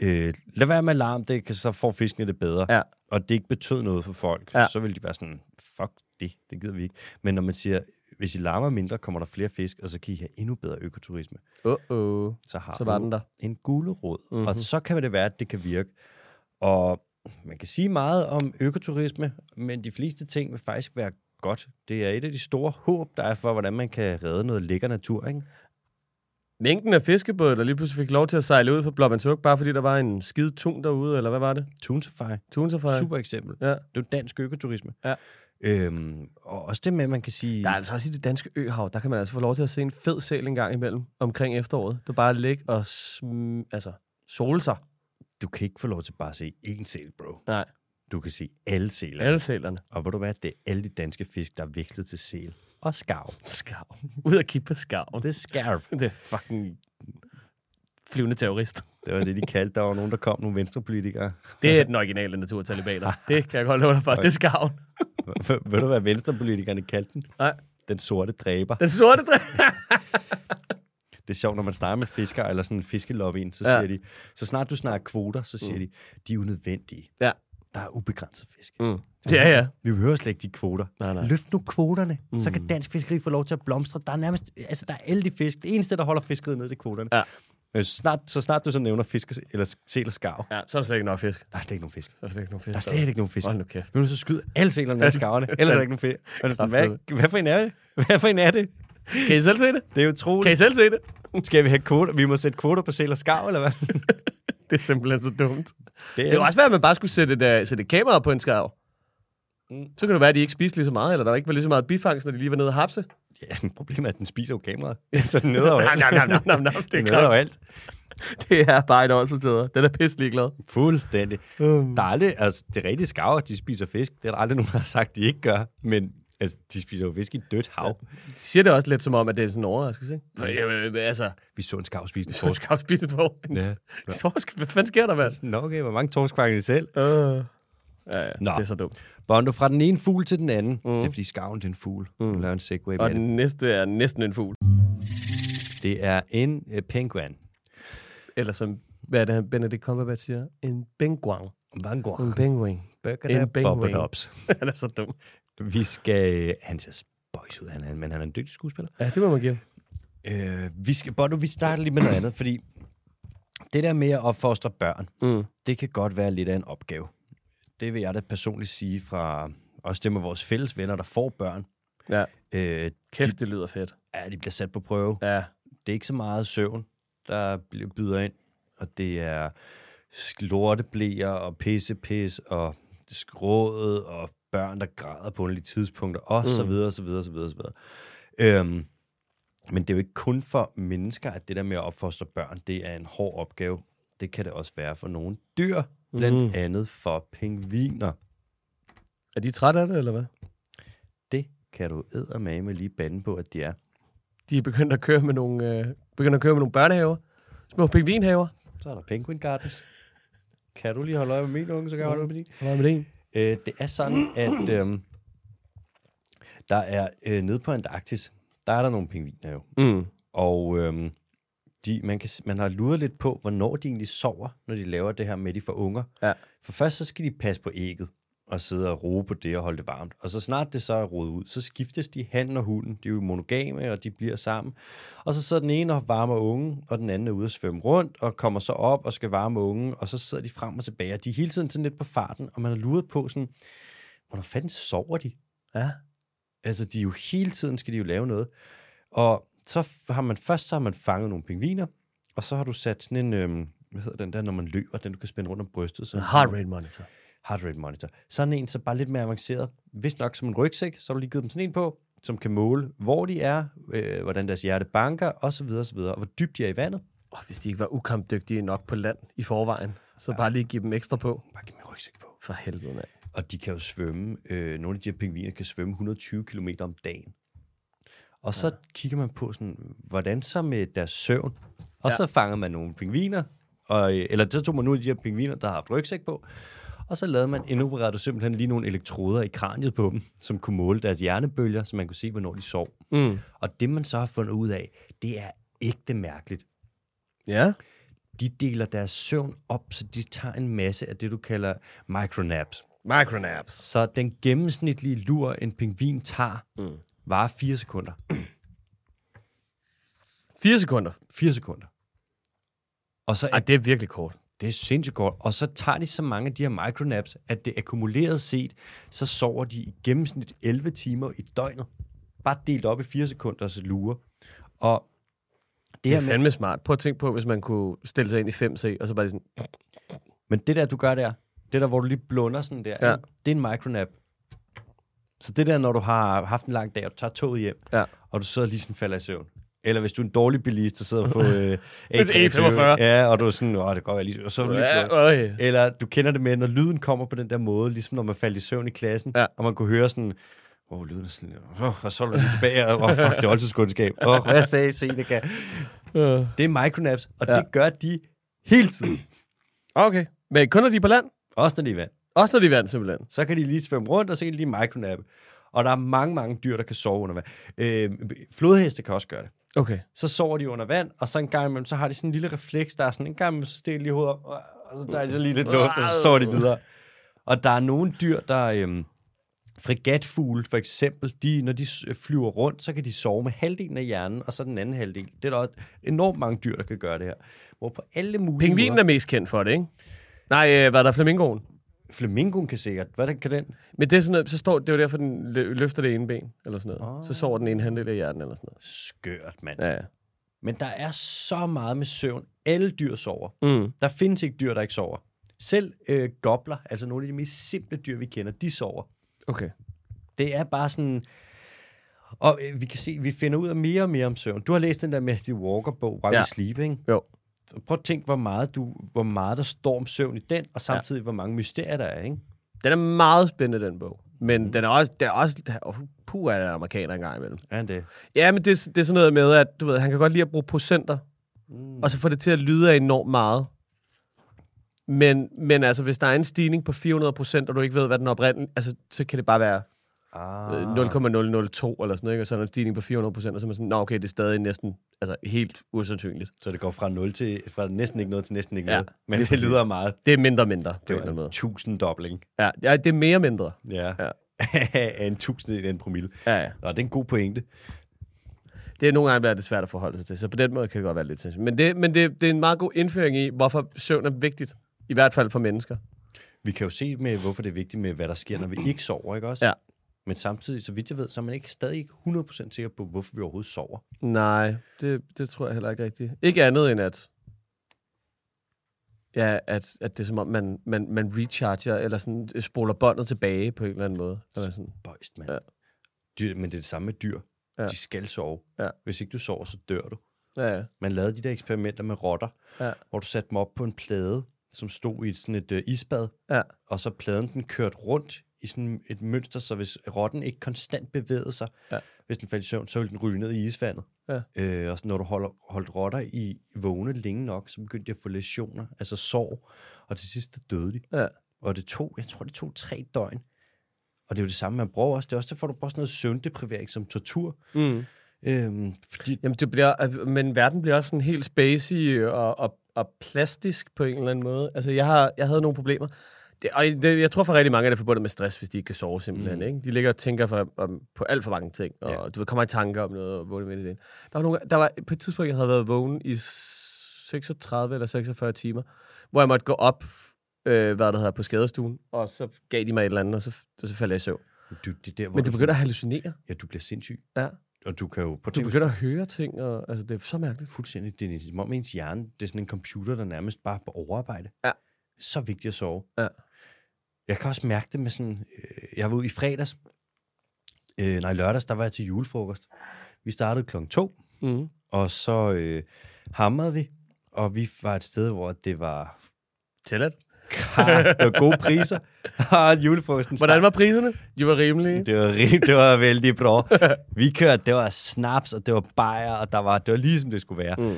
Speaker 1: øh, lad være med alarm, det, kan- så får fiskene det bedre.
Speaker 2: Ja.
Speaker 1: Og det ikke betød noget for folk,
Speaker 2: Ja.
Speaker 1: ja. så ville de være sådan, fuck det, det gider vi ikke. Men når man siger, hvis I larmer mindre, kommer der flere fisk, og så kan I have endnu bedre økoturisme.
Speaker 2: Uh-oh.
Speaker 1: Så har
Speaker 2: Så var
Speaker 1: du
Speaker 2: den der. Mhm.
Speaker 1: en gulerod. Mm-hmm. Og så kan det være, at det kan virke. Og man kan sige meget om økoturisme, men de fleste ting vil faktisk være godt. Det er et af de store håb, der er for, hvordan man kan redde noget lækker natur, ikke?
Speaker 2: Mængden af fiskebåde, der lige pludselig fik lov til at sejle ud fra Blåvandshuk, bare fordi der var en skide tun derude, eller hvad var det?
Speaker 1: Tunesafari,
Speaker 2: Tunsafari?
Speaker 1: super eksempel.
Speaker 2: Ja.
Speaker 1: Det er jo dansk økoturisme.
Speaker 2: Ja.
Speaker 1: Øhm, og også det med, at man kan sige...
Speaker 2: Der er altså også i det danske øhav, der kan man altså få lov til at se en fed sæl en gang imellem, omkring efteråret. Det er bare at ligge og sm- altså, sole sig.
Speaker 1: Du kan ikke få lov til bare at se én sæl, bro.
Speaker 2: Nej,
Speaker 1: Du kan se alle sæler.
Speaker 2: alle sælerne.
Speaker 1: Og hvor du hvad, det er alle de danske fisk, der er vekslet til sæl og skarv.
Speaker 2: Skarv. Ud og kigge på skarven.
Speaker 1: Det er skarv.
Speaker 2: Det er fucking flyvende terrorist.
Speaker 1: Det var det, de kaldte. Der var nogen, der kom, nogle venstrepolitikere.
Speaker 2: Det er den originale naturtalibaner. Det kan jeg godt love dig for. Det er skarven.
Speaker 1: Ved du, hvad venstrepolitikerne kaldte den?
Speaker 2: Nej.
Speaker 1: Den sorte dræber.
Speaker 2: Den sorte dræ-
Speaker 1: Det er sjovt, når man snakker med fiskere eller sådan en fiskelobbyen, så
Speaker 2: Ja.
Speaker 1: ja. siger de, så snart du snakker kvoter, så siger mm. de, de er unødvendige.
Speaker 2: Ja.
Speaker 1: Der er ubegrænset fisk.
Speaker 2: Mm. Ja, ja.
Speaker 1: Vi behøver slet ikke de kvoter.
Speaker 2: Nej, nej.
Speaker 1: Løft nu kvoterne, mm. så kan dansk fiskeri få lov til at blomstre. Der er nærmest, altså der er alle de fisk. Det eneste, der holder fiskeriet nede, det er kvoterne.
Speaker 2: Ja.
Speaker 1: Øh, Snart, så snart du så nævner fisk eller sel og skarv,
Speaker 2: Ja, så er der slet ikke nok fisk.
Speaker 1: der er slet ikke nogen fisk.
Speaker 2: Der er slet ikke nogen fisk.
Speaker 1: Der er slet ikke nogen fisk.
Speaker 2: Hold nu kæft.
Speaker 1: Nu er det så skyde alle selerne og skarverne. Ellers er der ikke nogen fisk. Og det er sådan, Hvad, hvad for en er det? Hvad for en er det?
Speaker 2: Kan I selv se det?
Speaker 1: Det er utroligt.
Speaker 2: Kan I selv se det?
Speaker 1: Skal vi have kvoter? Vi må sætte kvoter på sæl og skarv, eller hvad?
Speaker 2: Det er simpelthen så dumt.
Speaker 1: Det
Speaker 2: Det kunne også være, at man bare skulle sætte et, uh, sætte et kamera på en skarv. Mm. Så kan det være, at de ikke spiste lige så meget, eller der ikke var lige så meget bifangst, når de lige var nede og hapse.
Speaker 1: Ja, men problemet er, at den spiser jo kameraet. Så den neder jo
Speaker 2: Nej,
Speaker 1: alt.
Speaker 2: nej, nej, nej, nej, nej, det er
Speaker 1: Den neder jo
Speaker 2: klart.
Speaker 1: alt.
Speaker 2: Det er bare et åndsetæder. Den er pisselig glad.
Speaker 1: Fuldstændig.
Speaker 2: Um.
Speaker 1: Der er aldrig, altså, det er rigtigt skarver, de spiser fisk. Det er der aldrig nogen, der har sagt, de ikke gør. Men altså, de spiser jo fisk i et dødt hav.
Speaker 2: De siger det også lidt som om, at det er sådan en overraskelse, ikke? For, jamen, altså,
Speaker 1: Vi så en skarv spise en
Speaker 2: så
Speaker 1: torsk.
Speaker 2: skal jeg spise på.
Speaker 1: Ja.
Speaker 2: Torsk, hvad fanden sker der, mand?
Speaker 1: Nå, okay, hvor mange torsk fangede I selv?
Speaker 2: Uh. Ja, ja,
Speaker 1: Nå.
Speaker 2: det er så dumt.
Speaker 1: Bondo fra den ene fugl til den anden. Mm. Det er fordi skarven, det er en fugl. Mm. Nu laver jeg en segway.
Speaker 2: Og
Speaker 1: med det.
Speaker 2: den næste er næsten en fugl.
Speaker 1: Det er en uh, penguin.
Speaker 2: Eller som, hvad er det, han Benedict Cumberbatch siger? En benguang.
Speaker 1: Vanguard.
Speaker 2: Mm. En penguin.
Speaker 1: En
Speaker 2: penguin.
Speaker 1: penguin.
Speaker 2: han er så dum.
Speaker 1: Vi skal... eh, Han ser spøjs ud, han er, men han er en dygtig skuespiller.
Speaker 2: Ja, det må man give.
Speaker 1: Øh, vi skal, Bono, vi starter lige med noget andet, fordi det der med at opfostre børn,
Speaker 2: Mm.
Speaker 1: det kan godt være lidt af en opgave. Det vil jeg da personligt sige fra også det med vores fælles venner, der får børn.
Speaker 2: Ja,
Speaker 1: Øh,
Speaker 2: kæft, det lyder fedt.
Speaker 1: ja, de bliver sat på prøve.
Speaker 2: Ja,
Speaker 1: Det er ikke så meget søvn, der bliver- byder ind, og det er lorteblæer og pissepis og skrådet og børn, der græder på underlige tidspunkter, og så videre, og så videre, og så videre, og så videre. Øhm, men det er jo ikke kun for mennesker, at det der med at opfostre børn, det er en hård opgave. Det kan det også være for nogle dyr, blandt mm. andet for pingviner.
Speaker 2: Er de trætte af det, eller hvad?
Speaker 1: Det kan du eddermame lige bande på, at det er.
Speaker 2: De er begyndt at køre med nogle, øh, begyndt at køre med nogle børnehaver. Små pingvinhaver.
Speaker 1: Så er der penguin gardens. Kan du lige holde øje med min unge, så kan jeg holde øje med din.
Speaker 2: Hvad med det?
Speaker 1: Øh, det er sådan, at øh, der er øh, nede på Antarktis, der er der nogle pingviner jo.
Speaker 2: Mm.
Speaker 1: Og øh, de, man, kan, s- man har luret lidt på, hvornår de egentlig sover, når de laver det her med, at de får unger.
Speaker 2: Ja.
Speaker 1: For først så skal de passe på ægget og sidde og roe på det og holde det varmt. Og så snart det så er rodet ud, så skiftes de han og hunden. De er jo monogame, og de bliver sammen. Og så sidder den ene og varmer ungen, og den anden er ude at svømme rundt, og kommer så op og skal varme ungen, og så sidder de frem og tilbage. Og de er hele tiden sådan lidt på farten, og man har luret på sådan, hvornår fanden sover de?
Speaker 2: Ja.
Speaker 1: Altså, de er jo hele tiden skal de jo lave noget. Og så f- har man først så har man fanget nogle pingviner, og så har du sat sådan en, øhm, hvad hedder den der, når man løber, den du kan spænde rundt om brystet. Så
Speaker 2: Heart rate monitor.
Speaker 1: heart rate monitor. Sådan en, så bare lidt mere avanceret. Hvis nok som en rygsæk, så har du lige givet dem sådan en på, som kan måle, hvor de er, øh, hvordan deres hjerte banker, osv., osv., og hvor dybt de er i vandet.
Speaker 2: Oh, hvis de ikke var ukampdygtige nok på land i forvejen, så ja. bare lige give dem ekstra på.
Speaker 1: Bare giv mig en rygsæk på.
Speaker 2: For helvede, mand.
Speaker 1: Og de kan jo svømme, øh, nogle af de her pingviner kan svømme 120 km om dagen. Og så ja. kigger man på, sådan, hvordan så med deres søvn? Og ja. så fanger man nogle pingviner, og, øh, eller så tog man nogle af de her pingviner, der har haft rygsæk på, Og så lavede man indopererede simpelthen lige nogle elektroder i kraniet på dem, som kunne måle deres hjernebølger, så man kunne se, hvornår de sov.
Speaker 2: Mm.
Speaker 1: Og det, man så har fundet ud af, det er ægte mærkeligt.
Speaker 2: Ja.
Speaker 1: De deler deres søvn op, så de tager en masse af det, du kalder micronaps.
Speaker 2: Micronaps.
Speaker 1: Så den gennemsnitlige lur, en pingvin tager, mm. varer 4 sekunder.
Speaker 2: 4 sekunder.
Speaker 1: 4 sekunder. Og så
Speaker 2: Ej, det er virkelig kort.
Speaker 1: Det er sindssygt godt. Og så tager de så mange af de her micronaps, at det akkumuleret set, så sover de i gennemsnit 11 timer i døgnet. Bare delt op i 4 sekunders lure. Og det
Speaker 2: Det
Speaker 1: her
Speaker 2: er
Speaker 1: med,
Speaker 2: fandme smart. Prøv at tænke på, hvis man kunne stille sig ind i 5C, og så bare lige sådan...
Speaker 1: men det der, du gør der, det der, hvor du lige blunder sådan der,
Speaker 2: Ja.
Speaker 1: ja. det er en micronap. Så det der, når du har haft en lang dag, og du tager toget hjem,
Speaker 2: Ja.
Speaker 1: og du sidder lige sådan falder i søvn. Eller hvis du er en dårlig bilist, der sidder på øh,
Speaker 2: A45.
Speaker 1: Ja, og du er sådan, åh, det går jeg lige, og så er du lige
Speaker 2: Ja,
Speaker 1: blå.
Speaker 2: øj.
Speaker 1: Eller du kender det med, når lyden kommer på den der måde, ligesom når man faldt i søvn i klassen,
Speaker 2: Ja.
Speaker 1: ja. og man kunne høre sådan, åh, oh, lyden er sådan, oh, og så er du lige tilbage, og oh, fuck, det er oldtidskundskab. Åh, oh, hvad sagde Seneca?
Speaker 2: Øh.
Speaker 1: Det er micronaps, og
Speaker 2: Ja.
Speaker 1: ja. det gør de hele tiden.
Speaker 2: Okay. Men kun når de er på land?
Speaker 1: Også når de er i vand.
Speaker 2: Også når de er i vand, simpelthen.
Speaker 1: Så kan de lige svømme rundt, og så kan de lige micronappe. Og der er mange, mange dyr, der kan sove under vand. Øh, flodheste kan også gøre det.
Speaker 2: Okay.
Speaker 1: Så sover de under vand, og så en gang imellem, så har de sådan en lille refleks, der er sådan en gang imellem, så stikker de lige hovedet op, og og så tager de så lige lidt luft, og så sover de videre. Og der er nogle dyr, der... Øhm, frigatfugle for eksempel, de, når de s- øh, flyver rundt, så kan de sove med halvdelen af hjernen, og så den anden halvdel. Det er der også enormt mange dyr, der kan gøre det her. Hvor på alle mulige
Speaker 2: Pingvinen
Speaker 1: måder...
Speaker 2: er mest kendt for det, ikke? Nej, øh, hvad er der flamingoen?
Speaker 1: Flamingoen kan sikkert. Hvad kan den?
Speaker 2: Men det er sådan noget, så står, det er jo derfor, den lø- løfter det ene ben, eller sådan noget. Oh. Så sover den ene halvdel af hjernen, eller sådan noget.
Speaker 1: Skørt, mand.
Speaker 2: Ja, ja.
Speaker 1: Men der er så meget med søvn. Alle dyr sover.
Speaker 2: Mm.
Speaker 1: Der findes ikke dyr, der ikke sover. Selv øh, gobler, altså nogle af de mest simple dyr, vi kender, de sover.
Speaker 2: Okay.
Speaker 1: Det er bare sådan... Og øh, vi kan se, vi finder ud af mere og mere om søvn. Du har læst den der Matthew Walker-bog, Why
Speaker 2: Ja.
Speaker 1: We Sleep, ikke?
Speaker 2: Jo.
Speaker 1: Prøv at tænke, hvor meget, du, hvor meget der står om søvn i den, og samtidig, ja. hvor mange mysterier der er, ikke?
Speaker 2: Den er meget spændende, den bog. Men
Speaker 1: Mhm.
Speaker 2: mm. den er også... Den er også der- oh, puh, er der amerikaner engang imellem.
Speaker 1: Er det?
Speaker 2: Ja, men det, er- det er sådan noget med, at du ved, han kan godt lide at bruge procenter, mm. og så få det til at lyde af enormt meget. Men, men altså, hvis der er en stigning på 400 procent, og du ikke ved, hvad den oprindelige... Altså, så kan det bare være
Speaker 1: Ah.
Speaker 2: øh, 0,002 eller sådan noget, ikke? og så er der en stigning på 400 procent, og så er man sådan, nå okay, det er stadig næsten altså, helt usandsynligt.
Speaker 1: Så det går fra 0 til, fra næsten ikke noget til næsten ikke
Speaker 2: Ja,
Speaker 1: ja, noget. Men det lyder meget.
Speaker 2: Det er mindre mindre, på en eller anden
Speaker 1: Det er
Speaker 2: måde.
Speaker 1: en tusinddobling.
Speaker 2: Ja, ja, det er mere mindre.
Speaker 1: Ja.
Speaker 2: Ja.
Speaker 1: ja. af en tusindedel af en promille.
Speaker 2: Ja, ja.
Speaker 1: Nå, det er en god pointe.
Speaker 2: Det er nogle gange, der er det svært at forholde sig til, så på den måde kan det godt være lidt sindssygt. Men, det, men det, det er en meget god indføring i, hvorfor søvn er vigtigt, i hvert fald for mennesker.
Speaker 1: Vi kan jo se med, hvorfor det er vigtigt med, hvad der sker, når vi ikke sover, ikke også?
Speaker 2: Ja.
Speaker 1: Men samtidig, så vidt jeg ved, så er man ikke stadig ikke 100% sikker på, hvorfor vi overhovedet sover.
Speaker 2: Nej, det, det tror jeg heller ikke rigtigt. Ikke andet end at... Ja, at, at det er som om, man, man, man recharger, eller sådan øh, spoler båndet tilbage på en eller anden måde. Eller sådan.
Speaker 1: Bøjst, mand.
Speaker 2: Ja.
Speaker 1: Ja. Dyr, men det er det samme med dyr.
Speaker 2: Ja.
Speaker 1: Ja. De skal sove.
Speaker 2: Ja.
Speaker 1: Hvis ikke du sover, så dør du.
Speaker 2: Ja, ja.
Speaker 1: Man lavede de der eksperimenter med rotter,
Speaker 2: Ja.
Speaker 1: hvor du satte dem op på en plade, som stod i sådan et øh, isbad,
Speaker 2: Ja.
Speaker 1: og så pladen den kørte rundt i sådan et mønster, så hvis rotten ikke konstant bevægede sig,
Speaker 2: Ja.
Speaker 1: hvis den faldt i søvn, så ville den ryge ned i isvandet.
Speaker 2: Ja.
Speaker 1: Øh, og så når du holder, holdt rotter i vågne længe nok, så begyndte de at få læsioner, altså sår, og til sidst der døde de.
Speaker 2: Ja.
Speaker 1: Og det tog, jeg tror det tog tre døgn. Og det er jo det samme, man bruger også. Det er også derfor, du bruger sådan noget søvndeprivering som tortur.
Speaker 2: Mm.
Speaker 1: Øhm, fordi
Speaker 2: Jamen, det bliver, men verden bliver også sådan helt spacey og, og, og plastisk på en eller anden måde. Altså, jeg, har, jeg havde nogle problemer. Det, og det, jeg tror for rigtig mange er det forbundet med stress, hvis de ikke kan sove simpelthen. Mm.
Speaker 1: Mm.
Speaker 2: Ikke? De ligger og tænker for, om, på alt for mange ting, og ja.
Speaker 1: Ja.
Speaker 2: du ved, kommer i tanker om noget, og vågner midt i det. Der var, nogle, der var på et tidspunkt, jeg havde været vågen i 36 eller 46 timer, hvor jeg måtte gå op, øh, hvad der hedder, på skadestuen, og så gav de mig et eller andet, og så, og så faldt jeg i søvn.
Speaker 1: du, det er der, hvor
Speaker 2: Men du
Speaker 1: sådan-
Speaker 2: begynder at hallucinere.
Speaker 1: Ja, du bliver sindssyg.
Speaker 2: Ja.
Speaker 1: Og du kan jo på
Speaker 2: Du begynder at høre ting, og altså, det er så mærkeligt.
Speaker 1: fuldstændig, det er ligesom som om ens hjerne, det er sådan en computer, der nærmest bare er på overarbejde.
Speaker 2: Ja.
Speaker 1: Så vigtigt at sove.
Speaker 2: Ja.
Speaker 1: Jeg kan også mærke det med sådan, øh, jeg var ude i fredags, øh, nej lørdags, der var jeg til julefrokost. Vi startede klokken to,
Speaker 2: Mm.
Speaker 1: og så øh, hamrede vi, og vi var et sted, hvor det var,
Speaker 2: Tilladt.
Speaker 1: det var gode priser, og julefrokosten
Speaker 2: Hvordan var priserne? De var rimelige.
Speaker 1: Det var, rim- det var vældig bra. Vi kørte, det var snaps, og det var bajer, og der var, ligesom det var lige som det skulle være. Mm.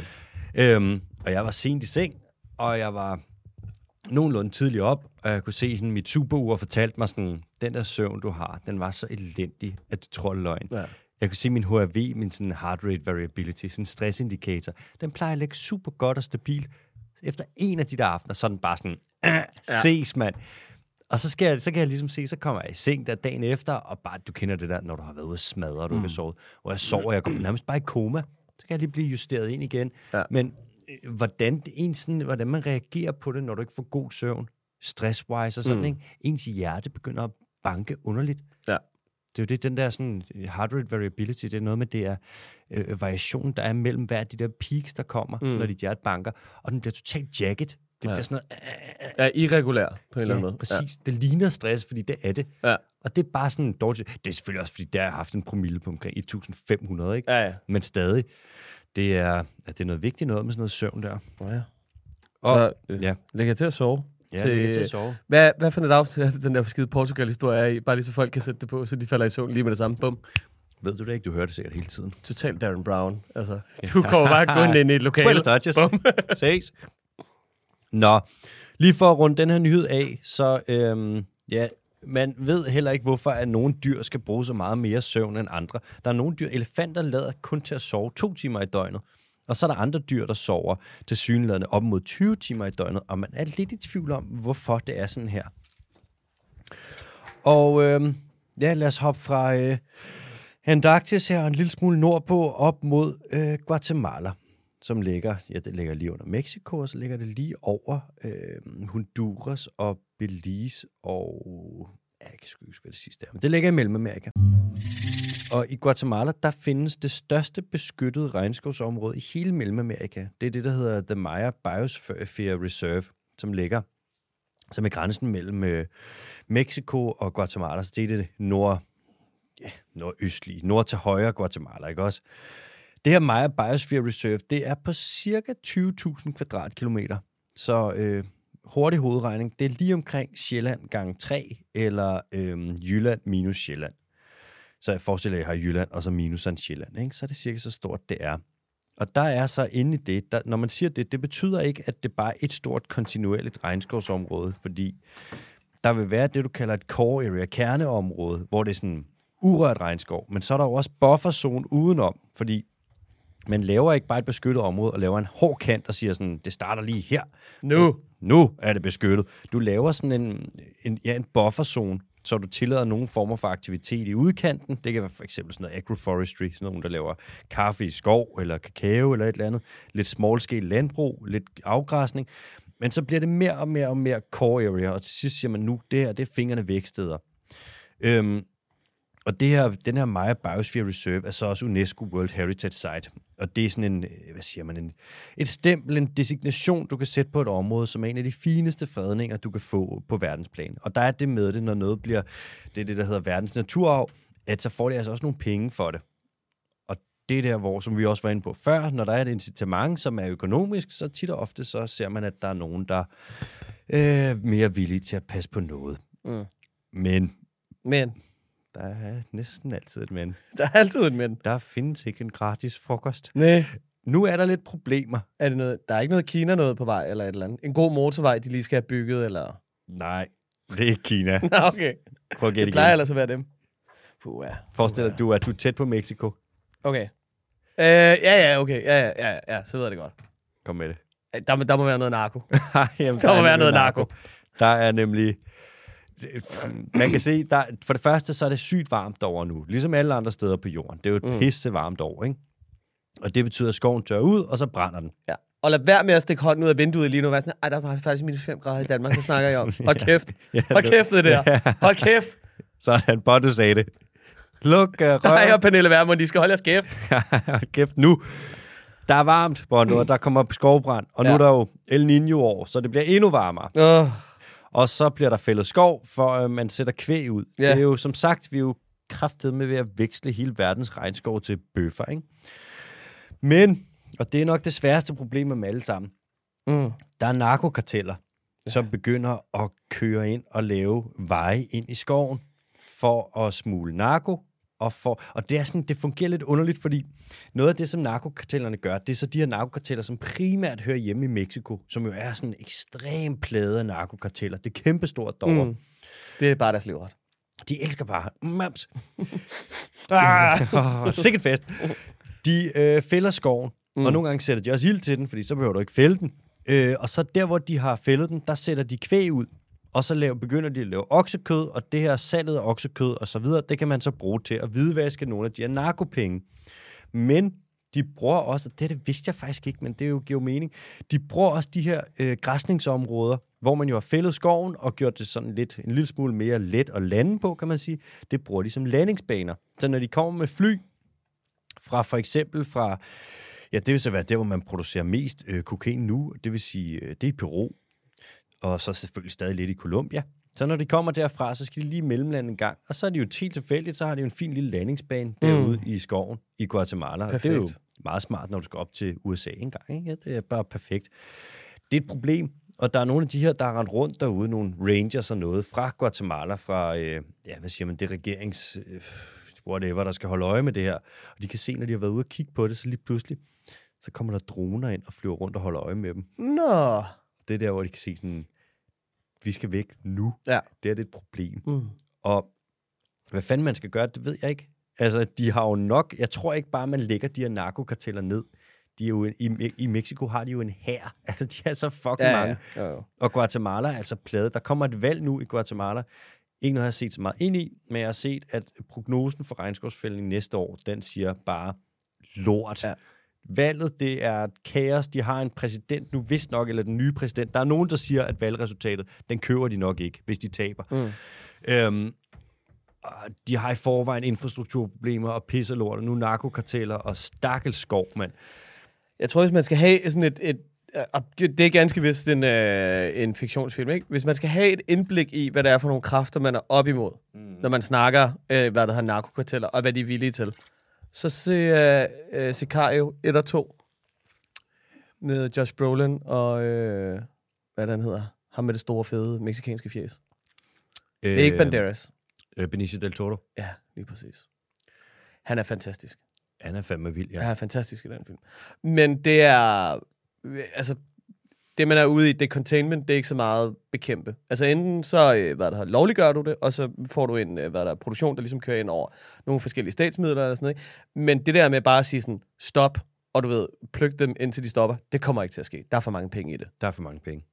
Speaker 1: Øhm, og jeg var sent i seng, og jeg var nogenlunde tidligt op, og jeg kunne se sådan mit superur fortalte mig sådan, den der søvn, du har, den var så elendig, at du tror det er løgn.
Speaker 2: Ja.
Speaker 1: Jeg kunne se min HRV, min sådan heart rate variability, sådan en stressindikator, den plejer at ligge super godt og stabil. Efter en af de der aftener, så er den bare sådan, "Ah, ses mand. Og så, skal jeg, så kan jeg ligesom se, så kommer jeg i seng der dagen efter, og bare, du kender det der, når du har været ude og smadre, og du mm. ikke har sovet. Og jeg sover, jeg kommer nærmest bare i koma. Så kan jeg lige blive justeret ind igen.
Speaker 2: Ja.
Speaker 1: Men øh, hvordan, en sådan, hvordan man reagerer på det, når du ikke får god søvn, stress-wise og sådan, mm. ikke? ens hjerte begynder at banke underligt.
Speaker 2: Ja.
Speaker 1: Det er jo det, den der sådan, øh, heart rate variability, det er noget med, det er øh, variation, der er mellem hver af de der peaks, der kommer, mm. når dit hjerte banker, og den bliver totalt jacket. Det bliver sådan noget,
Speaker 2: Er irregulær på en eller anden
Speaker 1: Ja,
Speaker 2: måde.
Speaker 1: præcis. Ja. Det ligner stress, fordi det er det.
Speaker 2: Ja.
Speaker 1: Og det er bare sådan dårligt. Det er selvfølgelig også, fordi der har jeg haft en promille på omkring 1500, ikke?
Speaker 2: Ja, ja.
Speaker 1: Men stadig, det er, ja, det er noget vigtigt noget med sådan noget søvn der.
Speaker 2: ja. ja.
Speaker 1: Og-
Speaker 2: Så øh,
Speaker 1: ja.
Speaker 2: ja. læg jer til at sove.
Speaker 1: Ja, til, det er til at sove.
Speaker 2: Hvad, hvad for et afsnit er det, den der skide Portugal-historie er i? Bare lige så folk kan sætte det på, så de falder i søvn lige med det samme. Bum.
Speaker 1: Ved du det ikke? Du hører det sikkert hele tiden.
Speaker 2: Total Darren Brown. Altså, du kommer bare kun ind i et lokale.
Speaker 1: Buenos Dodgers. Ses. Nå, lige for at runde den her nyhed af, så øhm, ja, man ved heller ikke, hvorfor at nogle dyr skal bruge så meget mere søvn end andre. Der er nogle dyr, elefanter lader kun til at sove to timer i døgnet. Og så er der andre dyr, der sover til synlædende op mod 20 timer i døgnet, og man er lidt i tvivl om, hvorfor det er sådan her. Og øhm, ja, lad os hoppe fra øh, Antarktis her, og en lille smule nordpå, op mod øh, Guatemala, som ligger, ja, det ligger lige under Mexico, og så ligger det lige over øh, Honduras og Belize og... Ja, jeg kan sgu ikke huske, hvad det sidste er, men det ligger i Mellemamerika. Og i Guatemala, der findes det største beskyttede regnskovsområde i hele Mellemamerika. Det er det, der hedder The Maya Biosphere Reserve, som ligger som er grænsen mellem øh, Mexico og Guatemala. Så det er det nord, ja, nordøstlige, nord til højre Guatemala, ikke også? Det her Maya Biosphere Reserve, det er på cirka 20.000 kvadratkilometer. Så øh, hurtig hovedregning, det er lige omkring Sjælland gange 3, eller øh, Jylland minus Sjælland. Så jeg forestiller, at jeg har Jylland, og så minus sådan Sjælland. Ikke? Så er det cirka så stort, det er. Og der er så inde i det, der, når man siger det, det betyder ikke, at det bare er et stort kontinuerligt regnskovsområde, fordi der vil være det, du kalder et core area, kerneområde, hvor det er sådan urørt regnskov, men så er der jo også bufferzone udenom, fordi man laver ikke bare et beskyttet område og laver en hård kant og siger sådan, det starter lige her.
Speaker 2: Nu.
Speaker 1: Nu er det beskyttet. Du laver sådan en, en, ja, en bufferzone, så du tillader nogle former for aktivitet i udkanten. Det kan være for eksempel sådan noget agroforestry, sådan nogen, der laver kaffe i skov, eller kakao, eller et eller andet. Lidt small scale landbrug, lidt afgræsning. Men så bliver det mere og mere og mere core area, og til sidst siger man nu, det her, det er fingrene væk steder. Øhm, og det her, den her Maya Biosphere Reserve er så også UNESCO World Heritage Site. Og det er sådan en, øh, hvad siger man, en, et stempel, en designation, du kan sætte på et område, som er en af de fineste fredninger, du kan få på verdensplan. Og der er det med det, når noget bliver, det er det, der hedder verdens naturarv, at så får de altså også nogle penge for det. Og det er der, hvor, som vi også var inde på før, når der er et incitament, som er økonomisk, så tit og ofte så ser man, at der er nogen, der er øh, mere villige til at passe på noget.
Speaker 2: Mm.
Speaker 1: Men
Speaker 2: Men.
Speaker 1: der er næsten altid et men.
Speaker 2: Der er altid en men.
Speaker 1: Der findes ikke en gratis frokost.
Speaker 2: Nej.
Speaker 1: Nu er der lidt problemer.
Speaker 2: Er det noget, der er ikke noget Kina noget på vej, eller et eller andet? En god motorvej, de lige skal have bygget, eller...
Speaker 1: Nej, det er ikke Kina.
Speaker 2: Nå, okay.
Speaker 1: Prøv at gætte
Speaker 2: Det plejer
Speaker 1: igen.
Speaker 2: ellers at være dem. Puh, ja.
Speaker 1: Forestil dig, du er, du er tæt på Mexico.
Speaker 2: Okay. Øh, ja, ja, okay. Ja, ja, ja, ja, så ved jeg det godt.
Speaker 1: Kom med det.
Speaker 2: Øh, Der, må- der må være noget narko.
Speaker 1: Jamen,
Speaker 2: Der må
Speaker 1: er
Speaker 2: være
Speaker 1: nemlig
Speaker 2: noget narko.
Speaker 1: Der er nemlig... Man kan se, der, for det første, så er det sygt varmt over nu. Ligesom alle andre steder på jorden. Det er jo et mm. pisse varmt år, ikke? Og det betyder, at skoven tør ud, og så brænder den.
Speaker 2: Ja. Og lad være med at stikke hånden ud af vinduet lige nu og være sådan, ej, der var faktisk minus 5 grader i Danmark, så snakker jeg om. Hold kæft.
Speaker 1: Ja,
Speaker 2: Hold
Speaker 1: det-
Speaker 2: kæft med det der. Hold kæft.
Speaker 1: Sådan, bare du sagde det. Luk uh,
Speaker 2: Der er jeg,
Speaker 1: røven.
Speaker 2: Pernille Vermund, de skal holde jeres kæft.
Speaker 1: Hold kæft nu. Der er varmt, Bondo, og der kommer skovbrand. Og nu
Speaker 2: Ja.
Speaker 1: er der jo El Niño-år, så det bliver endnu varmere.
Speaker 2: Oh,
Speaker 1: Og så bliver der fældet skov, for øh, man sætter kvæg ud.
Speaker 2: Ja.
Speaker 1: Det er jo, som sagt, vi er jo kraftet med ved at veksle hele verdens regnskov til bøffer, ikke? Men, og det er nok det sværeste problem med dem alle sammen,
Speaker 2: Mm.
Speaker 1: der er narkokarteller, ja. som begynder at køre ind og lave veje ind i skoven for at smule narko og, for, og det, er sådan, det fungerer lidt underligt, fordi noget af det, som narkokartellerne gør, det er så de her narkokarteller, som primært hører hjemme i Mexico, som jo er sådan ekstremt plade af narkokarteller. Det er kæmpestort derovre. Mm.
Speaker 2: Det er bare deres livret.
Speaker 1: De elsker bare mams. ah, sikkert fest. De øh, fælder skoven, mm. og nogle gange sætter de også ild til den, fordi så behøver du ikke fælde den. Øh, og så der, hvor de har fældet den, der sætter de kvæg ud, og så laver, begynder de at lave oksekød, og det her salget af oksekød og så videre, det kan man så bruge til at hvidvaske nogle af de her narkopenge. Men de bruger også, og det, det vidste jeg faktisk ikke, men det jo giver jo mening, de bruger også de her øh, græsningsområder, hvor man jo har fældet skoven og gjort det sådan lidt, en lille smule mere let at lande på, kan man sige. Det bruger de som landingsbaner. Så når de kommer med fly fra for eksempel fra, ja, det vil så være der, hvor man producerer mest øh, kokain nu, det vil sige, øh, det er i Peru, og så selvfølgelig stadig lidt i Colombia. Så når de kommer derfra, så skal de lige mellemlande en gang, og så er det jo helt tilfældigt, så har de jo en fin lille landingsbane derude i skoven i Guatemala. Og Det er jo
Speaker 2: Perfekt.
Speaker 1: meget smart, når du skal op til USA en gang. Ikke? Ja, det er bare perfekt. Det er et problem, og der er nogle af de her, der har rendt rundt derude, nogle rangers og noget, fra Guatemala, fra, øh, ja, hvad siger man, det er regerings, øh, whatever, der skal holde øje med det her. Og de kan se, når de har været ude og kigge på det, så lige pludselig, så kommer der droner ind og flyver rundt og holder øje med dem.
Speaker 2: Nå.
Speaker 1: Det er der, hvor de kan se sådan, vi skal væk nu.
Speaker 2: Ja.
Speaker 1: Det her, det er et problem.
Speaker 2: Mm.
Speaker 1: Og hvad fanden man skal gøre, det ved jeg ikke. Altså, de har jo nok... Jeg tror ikke bare, man lægger de her narkokarteller ned. De er jo en, i, I Mexico har de jo en hær. Altså, de er så fucking
Speaker 2: Ja,
Speaker 1: ja,
Speaker 2: ja,
Speaker 1: mange.
Speaker 2: ja. Jo, jo.
Speaker 1: Og Guatemala er altså plade. Der kommer et valg nu i Guatemala. Ikke noget, jeg har set så meget ind i, men jeg har set, at prognosen for regnskovsfældning næste år, den siger bare lort.
Speaker 2: Ja.
Speaker 1: Ja. Valget, det er et kaos. De har en præsident nu, vist nok, eller den nye præsident. Der er nogen, der siger, at valgresultatet, den køber de nok ikke, hvis de taber.
Speaker 2: Mm.
Speaker 1: Øhm, og de har i forvejen infrastrukturproblemer og pisser lort, og nu narkokarteller og stakkelskov, mand.
Speaker 2: Jeg tror, hvis man skal have sådan et... et øh, og det det er ganske vist en, øh, en fiktionsfilm, ikke? Hvis man skal have et indblik i, hvad det er for nogle kræfter, man er op imod, mm. når man snakker, øh, hvad der hedder narkokarteller, og hvad de er villige til, så se øh, øh, Sicario 1 og 2 med Josh Brolin og... Øh, hvad er det, han hedder? Ham med det store, fede meksikanske fjes. Det er ikke Banderas.
Speaker 1: Øh, Øhm, Benicio del Toro.
Speaker 2: Ja, lige præcis. Han er fantastisk.
Speaker 1: Han er fandme vild, ja.
Speaker 2: Ja. Han er fantastisk i den film. Men det er... øh, Altså, det man er ude i, det er containment, det er ikke så meget bekæmpe. Altså enten så, øh, hvad der hedder, lovliggør du det, og så får du en, øh, hvad der er, produktion, der ligesom kører ind over nogle forskellige statsmidler eller sådan noget. ikke? Men det der med bare at sige sådan, stop, og du ved, pluk dem indtil de stopper, det kommer ikke til at ske. Der er for mange penge i det.
Speaker 1: Der er for mange penge.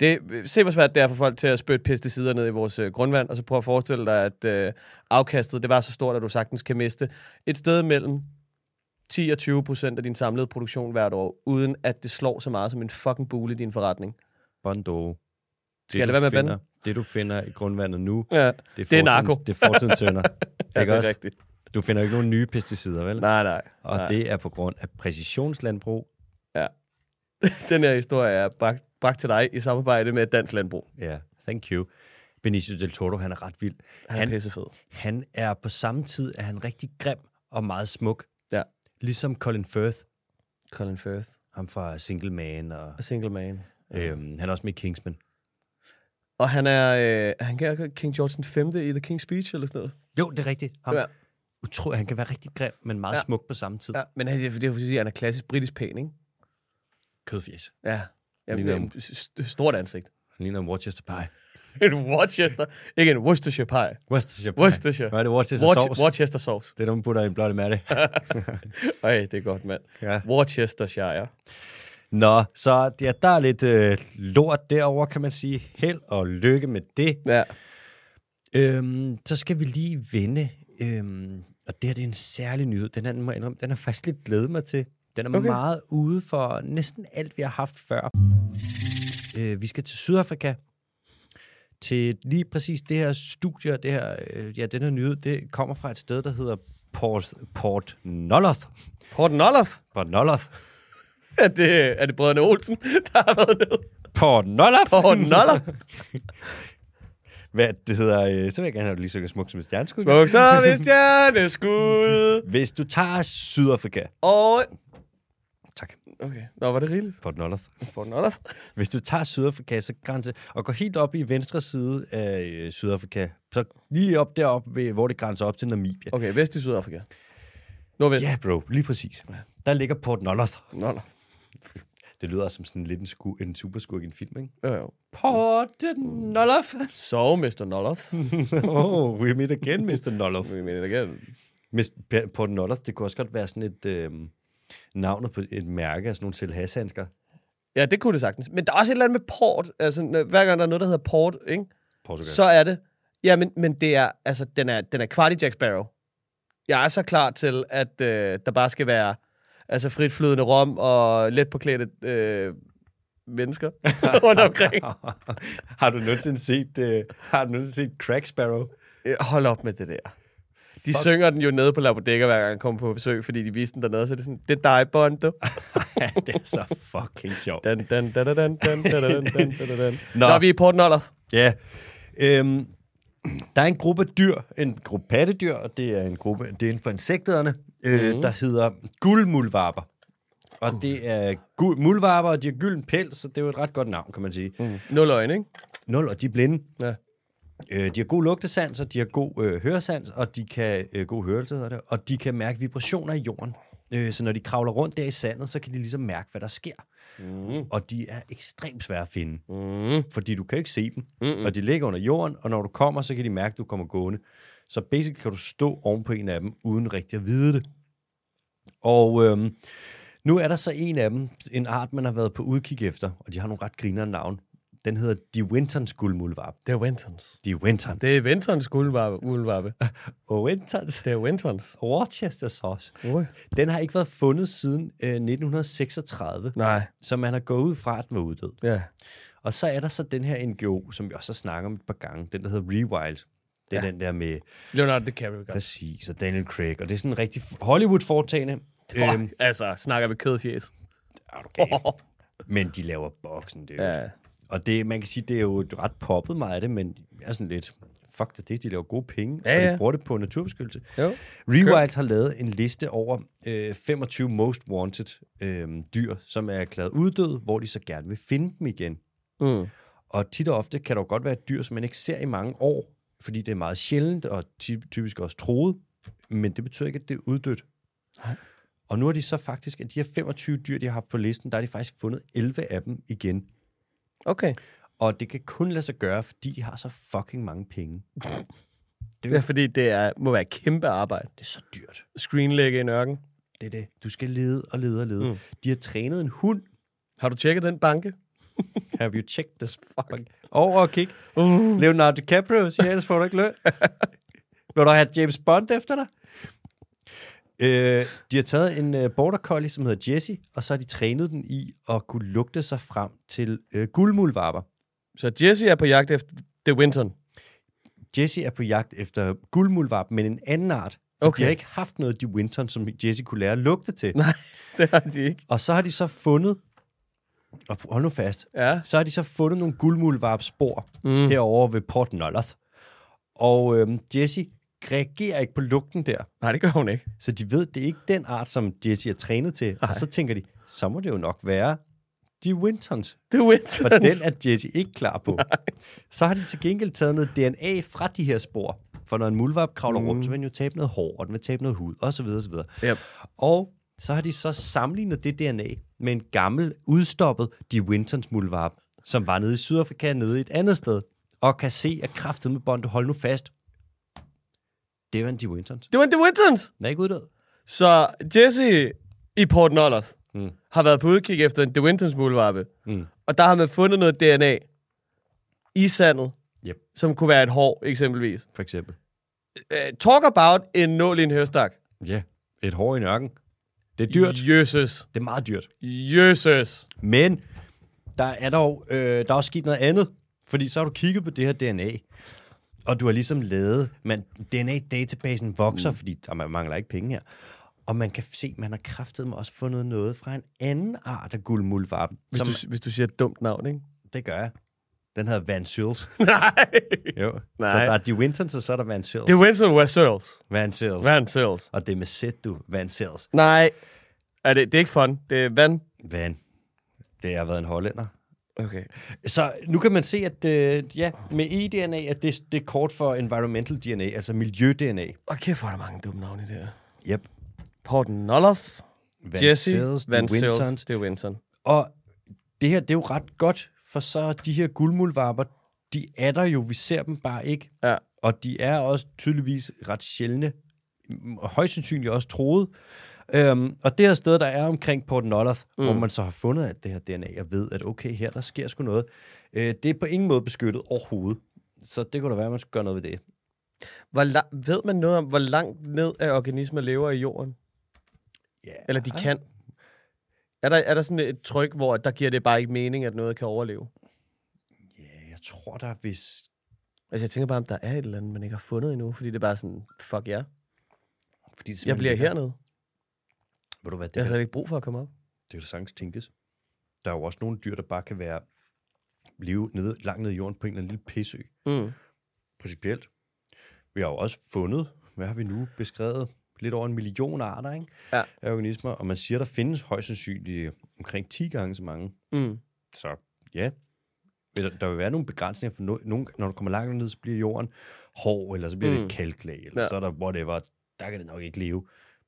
Speaker 2: det se hvor svært det er for folk til at spytte pesticider ned i vores øh, grundvand, og så prøv at forestille dig, at øh, afkastet det var så stort, at du sagtens kan miste et sted mellem 10 og 20 procent af din samlede produktion hvert år, uden at det slår så meget som en fucking bule i din forretning.
Speaker 1: Bondo.
Speaker 2: Skal jeg lade være med at bande?
Speaker 1: Det, du finder i grundvandet nu,
Speaker 2: Ja, det
Speaker 1: det er,
Speaker 2: Det er
Speaker 1: fortidens-
Speaker 2: narko.
Speaker 1: Det er fortidens sønder.
Speaker 2: er,
Speaker 1: ikke
Speaker 2: det er
Speaker 1: også?
Speaker 2: rigtigt.
Speaker 1: Du finder ikke nogen nye pesticider, vel?
Speaker 2: Nej, nej.
Speaker 1: og
Speaker 2: nej.
Speaker 1: det er på grund af præcisionslandbrug.
Speaker 2: Den her historie er bragt, bragt til dig i samarbejde med Dansk Landbrug.
Speaker 1: Ja, thank you. Benicio del Toro, han er ret vild.
Speaker 2: Han,
Speaker 1: Han-
Speaker 2: er pissefed.
Speaker 1: Han er på samme tid, at han rigtig grim og meget smuk.
Speaker 2: Ja.
Speaker 1: Ligesom Colin Firth,
Speaker 2: Colin Firth,
Speaker 1: ham fra Single Man, og
Speaker 2: a single man.
Speaker 1: øhm, han er også med i Kingsman.
Speaker 2: Og han er, øh, han kan King George den 5. i The King's Speech eller sådan noget.
Speaker 1: Jo, det er rigtigt. Ham.
Speaker 2: Ja.
Speaker 1: Ja. Utro, han kan være rigtig grim, men meget
Speaker 2: Ja.
Speaker 1: ja. smuk på samme tid. Ja.
Speaker 2: Ja, men han- det er, det er fordi, han er klassisk britisk pæn, ikke?
Speaker 1: Kødfjes.
Speaker 2: Ja. Jamen,
Speaker 1: Ligner
Speaker 2: Jamen, st- stort ansigt.
Speaker 1: Han ligner en Worcester pie.
Speaker 2: En Worcester. Ikke en Worcestershire pie.
Speaker 1: Worcestershire pie.
Speaker 2: Worcestershire.
Speaker 1: Hvad er det? Worcestershire
Speaker 2: Worc-
Speaker 1: sauce?
Speaker 2: Worcester sauce.
Speaker 1: Det er dem, putter i en blotte matte.
Speaker 2: Ej, det er godt, mand.
Speaker 1: ja.
Speaker 2: Worcestershire.
Speaker 1: Nå, så ja, der er lidt øh, lort derover kan man sige. Held og lykke med det.
Speaker 2: Ja.
Speaker 1: Øhm, så skal vi lige vende, øhm, og det her det er en særlig nyhed. Den her, den må jeg indrømme, den har faktisk lidt glædet mig til. Den er
Speaker 2: Okay.
Speaker 1: okay. meget ude for næsten alt, vi har haft før. Øh, vi skal til Sydafrika, til lige præcis det her studie, og det her, øh, ja, den her nyhed, det kommer fra et sted, der hedder Port, Port Noloth.
Speaker 2: Port Nolof.
Speaker 1: Port Noloth.
Speaker 2: Er det, er det brødrene Olsen, der har været nede?
Speaker 1: Port Noloth.
Speaker 2: Port Nolof.
Speaker 1: Hvad det hedder, øh, så vil jeg gerne have, at du lige synger smukt som et stjerneskud.
Speaker 2: Smuk som et stjerneskud.
Speaker 1: Hvis du tager Sydafrika,
Speaker 2: Og
Speaker 1: tak,
Speaker 2: Okay. Nå, var det rigeligt?
Speaker 1: Fort Nolloth.
Speaker 2: For den other.
Speaker 1: Hvis du tager Sydafrikas grænse og går helt op i venstre side af øh, Sydafrika, så lige op derop, ved, hvor det grænser op til Namibia.
Speaker 2: Okay, vest i Sydafrika. Nordvest.
Speaker 1: Ja, bro, lige præcis. Der ligger Port Nolloth.
Speaker 2: Nå, nå.
Speaker 1: Det lyder som sådan lidt en, sku, en superskurk i en film, ikke?
Speaker 2: Øh, Jo, jo.
Speaker 1: Port Nolloth.
Speaker 2: Så, Mr. Nolloth.
Speaker 1: Hmm. oh, we meet again, Mr. Nolloth.
Speaker 2: Vi mener det igen.
Speaker 1: Mist, P- Port Nolloth, det kunne også godt være sådan et øh, navnet på et mærke af sådan nogle selvhashandsker.
Speaker 2: Ja, det kunne det sagtens. Men der er også et eller andet med port. Altså, når- hver gang der er noget, der hedder port, ikke?
Speaker 1: Portugal.
Speaker 2: så er det. Ja, men, men det er, altså, den er, den er kvart i Jack Sparrow. Jeg er så klar til, at øh, der bare skal være altså, frit flydende rom og let påklædte øh, mennesker rundt omkring.
Speaker 1: har du nogensinde set, øh, har du nogensinde set Crack Sparrow?
Speaker 2: Øh, Hold op med det der. De Fuck. synger den jo nede på La Bodega, hver gang han kommer på besøg, fordi de viste den dernede, så er det sådan, det er dig, Bondo.
Speaker 1: Ja, det er så fucking sjovt.
Speaker 2: Dan, dan, dan, dan, dan, dan, dan, dan, dan, dan.
Speaker 1: Nå.
Speaker 2: Nå. Nå, vi er i Port Noller.
Speaker 1: Ja. Øhm, der er en gruppe dyr, en gruppe pattedyr, og det er en gruppe, det er inden for insekterne, øh, mm. der hedder guldmuldvarper. Og det er gul, muldvarper, og de har gylden pels, så det er jo et ret godt navn, kan man sige. Mm.
Speaker 2: Nul øjne, ikke?
Speaker 1: Nul, og de er blinde.
Speaker 2: Ja.
Speaker 1: Øh, de har god lugtesans, og de har god øh, høresans, og de kan øh, god hørelse, hedder det, og de kan mærke vibrationer i jorden. Øh, så når de kravler rundt der i sandet, så kan de ligesom mærke, hvad der sker. Mm. Og de er ekstremt svære at finde, mm. fordi du kan ikke se dem, Mm-mm. og de ligger under jorden, og når du kommer, så kan de mærke, at du kommer gående. Så basically kan du stå oven på en af dem, uden rigtig at vide det. Og øhm, nu er der så en af dem, en art, man har været på udkig efter, og de har nogle ret griner navn. Den hedder De Wintons guldmuldvarp.
Speaker 2: Det er Wintons.
Speaker 1: De Winton.
Speaker 2: Det er Wintons guldvarpe. uldvarpe.
Speaker 1: Og Wintons
Speaker 2: Det er Wintons.
Speaker 1: Worcester sauce.
Speaker 2: Ui.
Speaker 1: Den har ikke været fundet siden øh, 1936,
Speaker 2: Nej,
Speaker 1: så man har gået ud fra, at den var uddød.
Speaker 2: ja.
Speaker 1: Og så er der så den her NGO, som vi også har snakket om et par gange, den der hedder Rewild. Det er ja. den der med,
Speaker 2: Leonardo DiCaprio. gør det.
Speaker 1: præcis, og Daniel Craig, og det er sådan en rigtig Hollywood-foretagende. Øhm,
Speaker 2: Åh, altså, snakker vi kødfjes.
Speaker 1: er du gal? Men de laver boksen, det er jo. Ja. Og det, man kan sige, det er jo et ret poppet meget af det, men jeg er sådan lidt, fuck det, det, de laver gode penge,
Speaker 2: Ja,
Speaker 1: ja, ja. og de
Speaker 2: ja.
Speaker 1: bruger det på naturbeskyttelse.
Speaker 2: Jo.
Speaker 1: Rewild har lavet en liste over øh, 25 most wanted øh, dyr, som er erklæret uddøde, hvor de så gerne vil finde dem igen.
Speaker 2: Mm.
Speaker 1: Og tit og ofte kan der jo godt være et dyr, som man ikke ser i mange år, fordi det er meget sjældent og ty- typisk også troet, men det betyder ikke, at det er uddødt. Og nu har de så faktisk, at de her 25 dyr, de har haft på listen, der har de faktisk fundet 11 af dem igen.
Speaker 2: Okay.
Speaker 1: Og det kan kun lade sig gøre, fordi de har så fucking mange penge.
Speaker 2: Det er fordi, det er, må være kæmpe arbejde.
Speaker 1: Det er så dyrt.
Speaker 2: Screenlægge i en ørken.
Speaker 1: Det er det. Du skal lede og lede og lede. Mm. De har trænet en hund
Speaker 2: Har du tjekket den banke?
Speaker 1: Have you checked this fucking... Over og kig. Uh. Leonardo DiCaprio siger, ellers får du ikke løn. Vil du have James Bond efter dig? Øh, de har taget en øh, border collie, som hedder Jessie, og så har de trænet den i at kunne lugte sig frem til øh, guldmuldvarper.
Speaker 2: Så Jesse er på jagt efter The Winton.
Speaker 1: Jessie er på jagt efter guldmuldvarp, men en anden art. For okay.
Speaker 2: Okay.
Speaker 1: De har ikke haft noget de Winton, som Jessie kunne lære at lugte til.
Speaker 2: Nej, det har de ikke.
Speaker 1: Og så har de så fundet, og hold nu fast,
Speaker 2: Ja.
Speaker 1: så har de så fundet nogle guldmuldvarpspor mm. herover ved Port Nolloth. Og øhm, Jesse reagerer ikke på lugten der,
Speaker 2: Nej, det gør hun ikke.
Speaker 1: så de ved, det er ikke den art, som Jesse er trænet til. Ej. Og så tænker de, så må det jo nok være de Wintons,
Speaker 2: The Winton.
Speaker 1: for den er Jesse ikke klar på. Så har de til gengæld taget noget DNA fra de her spor, for når en muldvarp kravler mm. rundt, så vil den jo tabe noget hår, og den vil tabe noget hud, osv. osv.
Speaker 2: Yep.
Speaker 1: Og så har de så sammenlignet det DNA med en gammel, udstoppet de Wintons muldvarp, som var nede i Sydafrika, nede et andet sted, og kan se, at kraftet med bånd, hold nu fast, det var en de Wintons.
Speaker 2: Det var en The Wintons.
Speaker 1: Den er ikke uddød.
Speaker 2: Så Jesse i Port Nolloth mm. har været på udkig efter en De Wintons muldvarpe. Mm. Og der har man fundet noget DNA i sandet,
Speaker 1: Yep,
Speaker 2: som kunne være et hår, eksempelvis.
Speaker 1: for eksempel.
Speaker 2: Uh, talk about en nål i en høstak.
Speaker 1: Ja, yeah. et hår i nørken. Det er dyrt.
Speaker 2: Jøsses.
Speaker 1: Det er meget dyrt.
Speaker 2: Jøsses.
Speaker 1: Men der er dog øh, der er også sket noget andet, fordi så har du kigget på det her DNA, og du har ligesom lavet, men DNA-databasen vokser, mm. fordi der, man mangler ikke penge her. Og man kan se, man har kraftet mig også fundet noget fra en anden art af guldmuldvarp, som
Speaker 2: Hvis du, hvis du siger et dumt navn, ikke?
Speaker 1: det gør jeg. Den hedder Van Sils.
Speaker 2: Nej.
Speaker 1: jo. Nej. Så
Speaker 2: Nej.
Speaker 1: der er De Wintons, og så er der Van Sils.
Speaker 2: The Winston var Searles.
Speaker 1: Van Sils.
Speaker 2: Van Searles.
Speaker 1: Og det er med sæt, du. Van Sils.
Speaker 2: Nej. Er det, det er ikke fun. Det er Van
Speaker 1: Van. Det har været en hollænder.
Speaker 2: Okay.
Speaker 1: Så nu kan man se, at øh, ja, med eDNA er det, det er kort for environmental DNA, altså miljø-DNA.
Speaker 2: Og kæft, hvor er der mange dumme navne i det her.
Speaker 1: Yep.
Speaker 2: Porten Noloth,
Speaker 1: Van
Speaker 2: Jesse,
Speaker 1: Sils,
Speaker 2: Van
Speaker 1: de Wintons.
Speaker 2: Sils, det er Winton.
Speaker 1: Og det her, det er jo ret godt, for så de her guldmuldvarper, de er der jo, vi ser dem bare ikke.
Speaker 2: Ja.
Speaker 1: Og de er også tydeligvis ret sjældne, m- og højst sandsynligt også troet. Øhm, og det her sted, der er omkring Port Nolloth, mm. hvor man så har fundet at det her DNA, og ved, at okay, her der sker sgu noget. Øh, det er på ingen måde beskyttet overhovedet. Så det kunne da være, at man skulle gøre noget ved det.
Speaker 2: Hvor la- ved man noget om, hvor langt ned af organismer lever i jorden?
Speaker 1: Ja.
Speaker 2: Eller de kan? Er der, er der sådan et tryk, hvor der giver det bare ikke mening, at noget kan overleve?
Speaker 1: Ja, jeg tror der, hvis...
Speaker 2: Altså, jeg tænker bare, om der er et eller andet, man ikke har fundet endnu, fordi det er bare sådan, fuck ja. Yeah.
Speaker 1: Fordi det
Speaker 2: Jeg bliver
Speaker 1: simpelthen-
Speaker 2: hernede.
Speaker 1: Ved du hvad, det
Speaker 2: Jeg
Speaker 1: kan
Speaker 2: har slet ikke brug for at komme op.
Speaker 1: Det kan da sagtens tænkes. Der er jo også nogle dyr, der bare kan være leve nede, langt nede i jorden på en eller anden lille pisø,
Speaker 2: Mm.
Speaker 1: principielt. Vi har jo også fundet, hvad har vi nu beskrevet, lidt over en million arter ikke?
Speaker 2: Ja.
Speaker 1: af organismer, og man siger, der findes højst sandsynligt omkring 10 gange så mange.
Speaker 2: Mm.
Speaker 1: Så ja, Vil der, der vil være nogle begrænsninger, for no, nogle, når du kommer langt ned, så bliver jorden hård, eller så bliver mm. det
Speaker 2: Mm.
Speaker 1: et kalklag, eller ja.
Speaker 2: Ja.
Speaker 1: så er der whatever, der kan det nok ikke leve.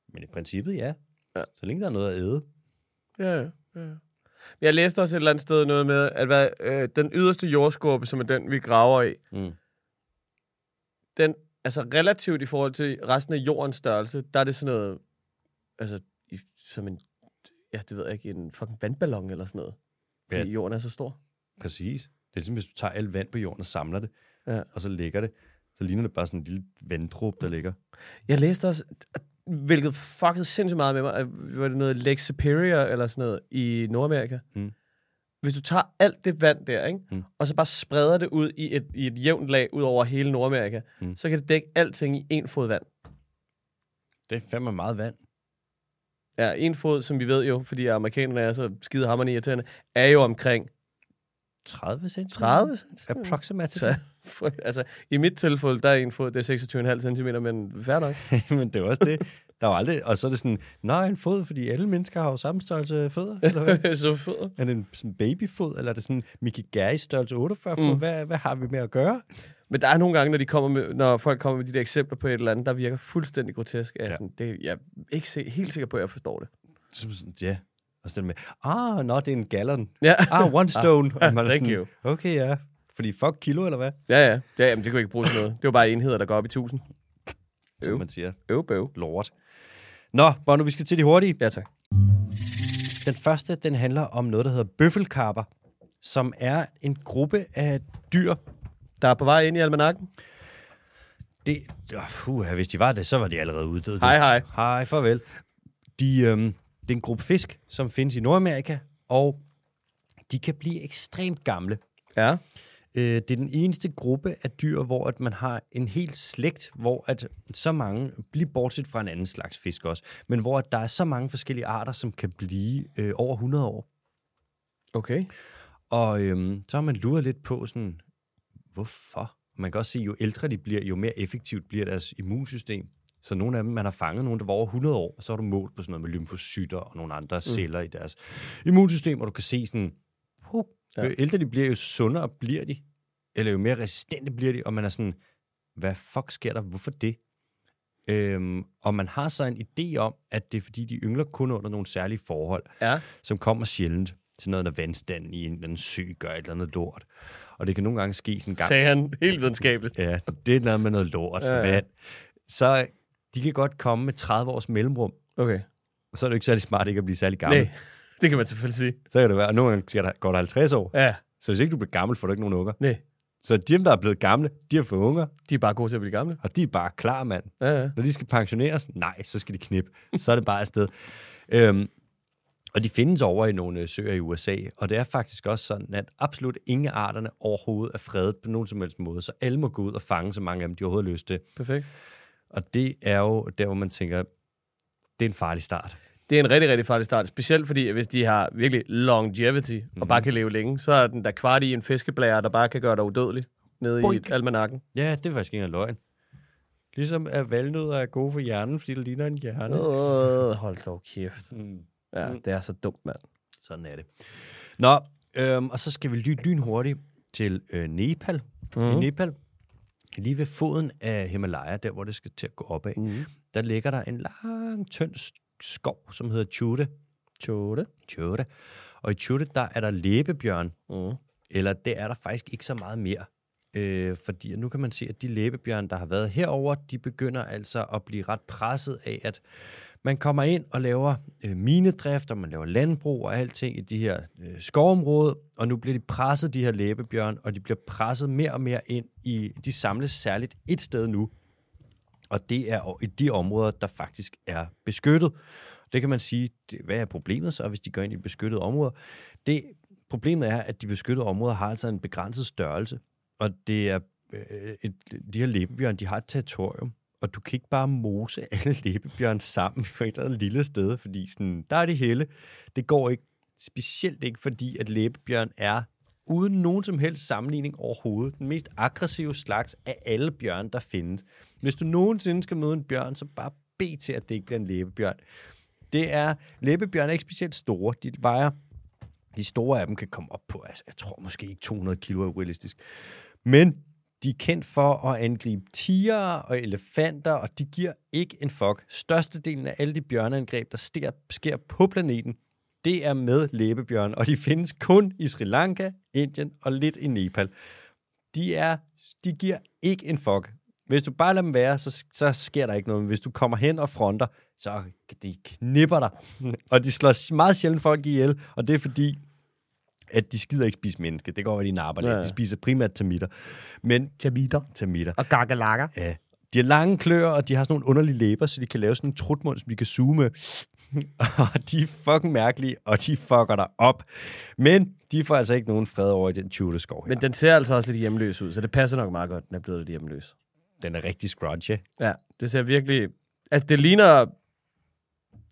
Speaker 1: Men i princippet, ja.
Speaker 2: Ja.
Speaker 1: Så længe der er noget at æde.
Speaker 2: Ja, ja, ja. Men Jeg læste også et eller andet sted noget med, at hvad, øh, den yderste jordskorpe, som er den, vi graver i,
Speaker 1: Mm.
Speaker 2: den, altså relativt i forhold til resten af jordens størrelse, der er det sådan noget, altså i, som en, ja, det ved jeg ikke, en fucking vandballon eller sådan noget. Fordi
Speaker 1: Ja.
Speaker 2: ja. jorden er så stor.
Speaker 1: Præcis. Det er ligesom, hvis du tager alt vand på jorden og samler det,
Speaker 2: Ja. Mm.
Speaker 1: og så lægger det, så ligner det bare sådan en lille vanddråbe, der ligger.
Speaker 2: Jeg læste også, hvilket fuckede sindssygt meget med mig, at var det noget Lake Superior eller sådan noget i Nordamerika.
Speaker 1: Mm.
Speaker 2: Hvis du tager alt det vand der, ikke?
Speaker 1: Mm.
Speaker 2: og så bare spreder det ud i et, i et jævnt lag ud over hele Nordamerika,
Speaker 1: Mm.
Speaker 2: mm. så kan det dække alting i en fod vand.
Speaker 1: Det er fandme meget vand.
Speaker 2: Ja, en fod, som vi ved jo, fordi amerikanerne er så skide hammerne irriterende, er jo omkring
Speaker 1: 30 cm?
Speaker 2: 30
Speaker 1: Approximately.
Speaker 2: Så, for- altså, i mit tilfælde, der er en fod, det er 26,5 cm, men fair nok.
Speaker 1: Men det er jo også det. Der er jo aldrig... Og så er det sådan, nej, en fod, fordi alle mennesker har jo samme størrelse fødder. Eller hvad?
Speaker 2: så fed.
Speaker 1: er det en sådan babyfod, eller er det sådan Mickey Gary størrelse 48 fod?
Speaker 2: Mm.
Speaker 1: Hvad, hvad har vi med at gøre?
Speaker 2: Men der er nogle gange, når, de kommer med, når folk kommer med de der eksempler på et eller andet, der virker fuldstændig grotesk. Jeg er,
Speaker 1: Ja.
Speaker 2: ja. sådan, det, jeg er ikke se, helt sikker på, at jeg forstår det.
Speaker 1: Så er man sådan, ja. Og så er det med, ah, nå, det er en gallon.
Speaker 2: Ja,
Speaker 1: Ah, one stone. og man er
Speaker 2: thank
Speaker 1: sådan,
Speaker 2: you.
Speaker 1: Okay, ja. Fordi fuck kilo, eller hvad?
Speaker 2: ja, ja. ja jamen, det kunne jeg ikke bruge til noget. Det var bare enheder, der går op i 1000.
Speaker 1: Som
Speaker 2: Øv.
Speaker 1: man siger.
Speaker 2: Øv, bøv.
Speaker 1: Lort. Nå, Bono, vi skal til de hurtige.
Speaker 2: Ja, tak.
Speaker 1: Den første, den handler om noget, der hedder bøffelkarper, som er en gruppe af dyr.
Speaker 2: Der er på vej ind i almanakken.
Speaker 1: Det, uh, hvis de var det, så var de allerede uddøde.
Speaker 2: Hej, hej.
Speaker 1: Hej, farvel. De, øhm, det er en gruppe fisk, som findes i Nordamerika, og de kan blive ekstremt gamle.
Speaker 2: Ja.
Speaker 1: Øh, det er den eneste gruppe af dyr, hvor at man har en hel slægt, hvor at så mange, bliver bortset fra en anden slags fisk også, men hvor at der er så mange forskellige arter, som kan blive øh, over 100 år.
Speaker 2: Okay.
Speaker 1: Og øhm, så har man luret lidt på sådan, hvorfor? Man kan også se, jo ældre de bliver, jo mere effektivt bliver deres immunsystem. Så nogle af dem, man har fanget nogle, der var over 100 år, og så har du målt på sådan noget med lymfocytter og nogle andre mm. celler i deres immunsystem, og du kan se sådan, huh, jo
Speaker 2: Ja.
Speaker 1: ældre de bliver, jo sundere bliver de, eller jo mere resistente bliver de, og man er sådan, hvad fuck sker der? Hvorfor det? Øhm, og man har så en idé om, at det er fordi, de yngler kun under nogle særlige forhold
Speaker 2: Ja.
Speaker 1: som kommer sjældent. Sådan noget, når vandstanden i en eller anden sø gør et eller andet lort. Og det kan nogle gange ske sådan en gang.
Speaker 2: Sagde han helt videnskabeligt.
Speaker 1: Ja, det er noget med noget lort, ja,
Speaker 2: Ja, ja.
Speaker 1: vand. Så de kan godt komme med 30 års mellemrum,
Speaker 2: Okay.
Speaker 1: og så er det jo ikke særlig smart ikke at blive særlig gammel.
Speaker 2: Nej,
Speaker 1: Nej.
Speaker 2: det kan man selvfølgelig sige.
Speaker 1: Så kan det være, og nogle gange sker der- går der 50 år. Ja.
Speaker 2: Ja,
Speaker 1: Så hvis ikke du bliver gammel, får du ikke nogen unger.
Speaker 2: nej.
Speaker 1: Så dem, der er blevet gamle, de har fået unger,
Speaker 2: De er bare gode til at blive gamle.
Speaker 1: og de er bare klar, mand.
Speaker 2: Ja, ja.
Speaker 1: Når de skal pensioneres, nej, så skal de knippe. Så er det bare afsted. Øhm, og de findes over i nogle øh, søer i USA, og det er faktisk også sådan, at absolut ingen af arterne overhovedet er fredet på nogen som helst måde, så alle må gå ud og fange så mange af dem, de overhovedet har lyst til.
Speaker 2: Perfekt.
Speaker 1: Og det er jo der, hvor man tænker, det er en farlig start.
Speaker 2: Det er en rigtig, rigtig farlig start. Specielt fordi, hvis de har virkelig longevity mm. og bare kan leve længe, så er den der kvart i en fiskeblære, der bare kan gøre dig udødelig nede
Speaker 1: Boink.
Speaker 2: Boink. i almanakken.
Speaker 1: Ja, det er faktisk ikke en løgn. Ligesom at valnødder er gode for hjernen, fordi det ligner en hjerne.
Speaker 2: Øh, hold dog kæft.
Speaker 1: Mm.
Speaker 2: Ja, det er så dumt, mand.
Speaker 1: Sådan er det. Nå, øhm, og så skal vi ly- lynhurtigt til øh, Nepal. Mm. I Nepal, lige ved foden af Himalaya, der hvor det skal til at gå opad, mm. der ligger der en lang, tynd s- skov, som hedder Chute.
Speaker 2: Tjode.
Speaker 1: Chute. Og i Chute, der er der læbebjørn. Mm. Eller det er der faktisk ikke så meget mere. Øh, fordi nu kan man se, at de læbebjørn, der har været herover, de begynder altså at blive ret presset af, at man kommer ind og laver øh, minedrift, og man laver landbrug og alting i de her øh, skovområder, og nu bliver de presset, de her læbebjørn, og de bliver presset mere og mere ind i, de samles særligt et sted nu, og det er o- i de områder, der faktisk er beskyttet. Det kan man sige, det, hvad er problemet så, hvis de går ind i beskyttede områder? Det, problemet er, at de beskyttede områder har altså en begrænset størrelse, og det er øh, et, de her læbebjørn, de har et territorium, og du kan ikke bare mose alle læbebjørn sammen på et eller andet lille sted, fordi sådan, der er det hele. Det går ikke, specielt ikke, fordi at læbebjørn er uden nogen som helst sammenligning overhovedet, den mest aggressive slags af alle bjørn, der findes. Hvis du nogensinde skal møde en bjørn, så bare bed til, at det ikke bliver en læbebjørn. Det er, læbebjørn er ikke specielt store. De vejer, de store af dem kan komme op på, altså, jeg tror måske ikke 200 kilo er realistisk. Men de er kendt for at angribe tiger og elefanter, og de giver ikke en fuck. Størstedelen af alle de bjørneangreb, der sker, sker på planeten, det er med læbebjørn, og de findes kun i Sri Lanka, Indien og lidt i Nepal. De, er, de giver ikke en fuck. Hvis du bare lader dem være, så, så sker der ikke noget. Men hvis du kommer hen og fronter, så kan de knipper dig. Og de slår meget sjældent folk ihjel, og det er fordi, at de skider ikke spise menneske. Det går, at de napper lidt.
Speaker 2: Ja, ja.
Speaker 1: De spiser primært tamitter. Men
Speaker 2: Tjamitter.
Speaker 1: tamitter.
Speaker 2: Og gakkelakker.
Speaker 1: Ja. De har lange kløer, og de har sådan nogle underlige læber, så de kan lave sådan en trutmund, som de kan suge med. og de er fucking mærkelige, og de fucker dig op. Men de får altså ikke nogen fred over i den tjuteskov her.
Speaker 2: Men
Speaker 1: Men den...
Speaker 2: den ser altså også lidt hjemløs ud, så det passer nok meget godt, den er blevet lidt hjemløs.
Speaker 1: den er rigtig scrunchie.
Speaker 2: Ja, det ser virkelig... Altså, det ligner...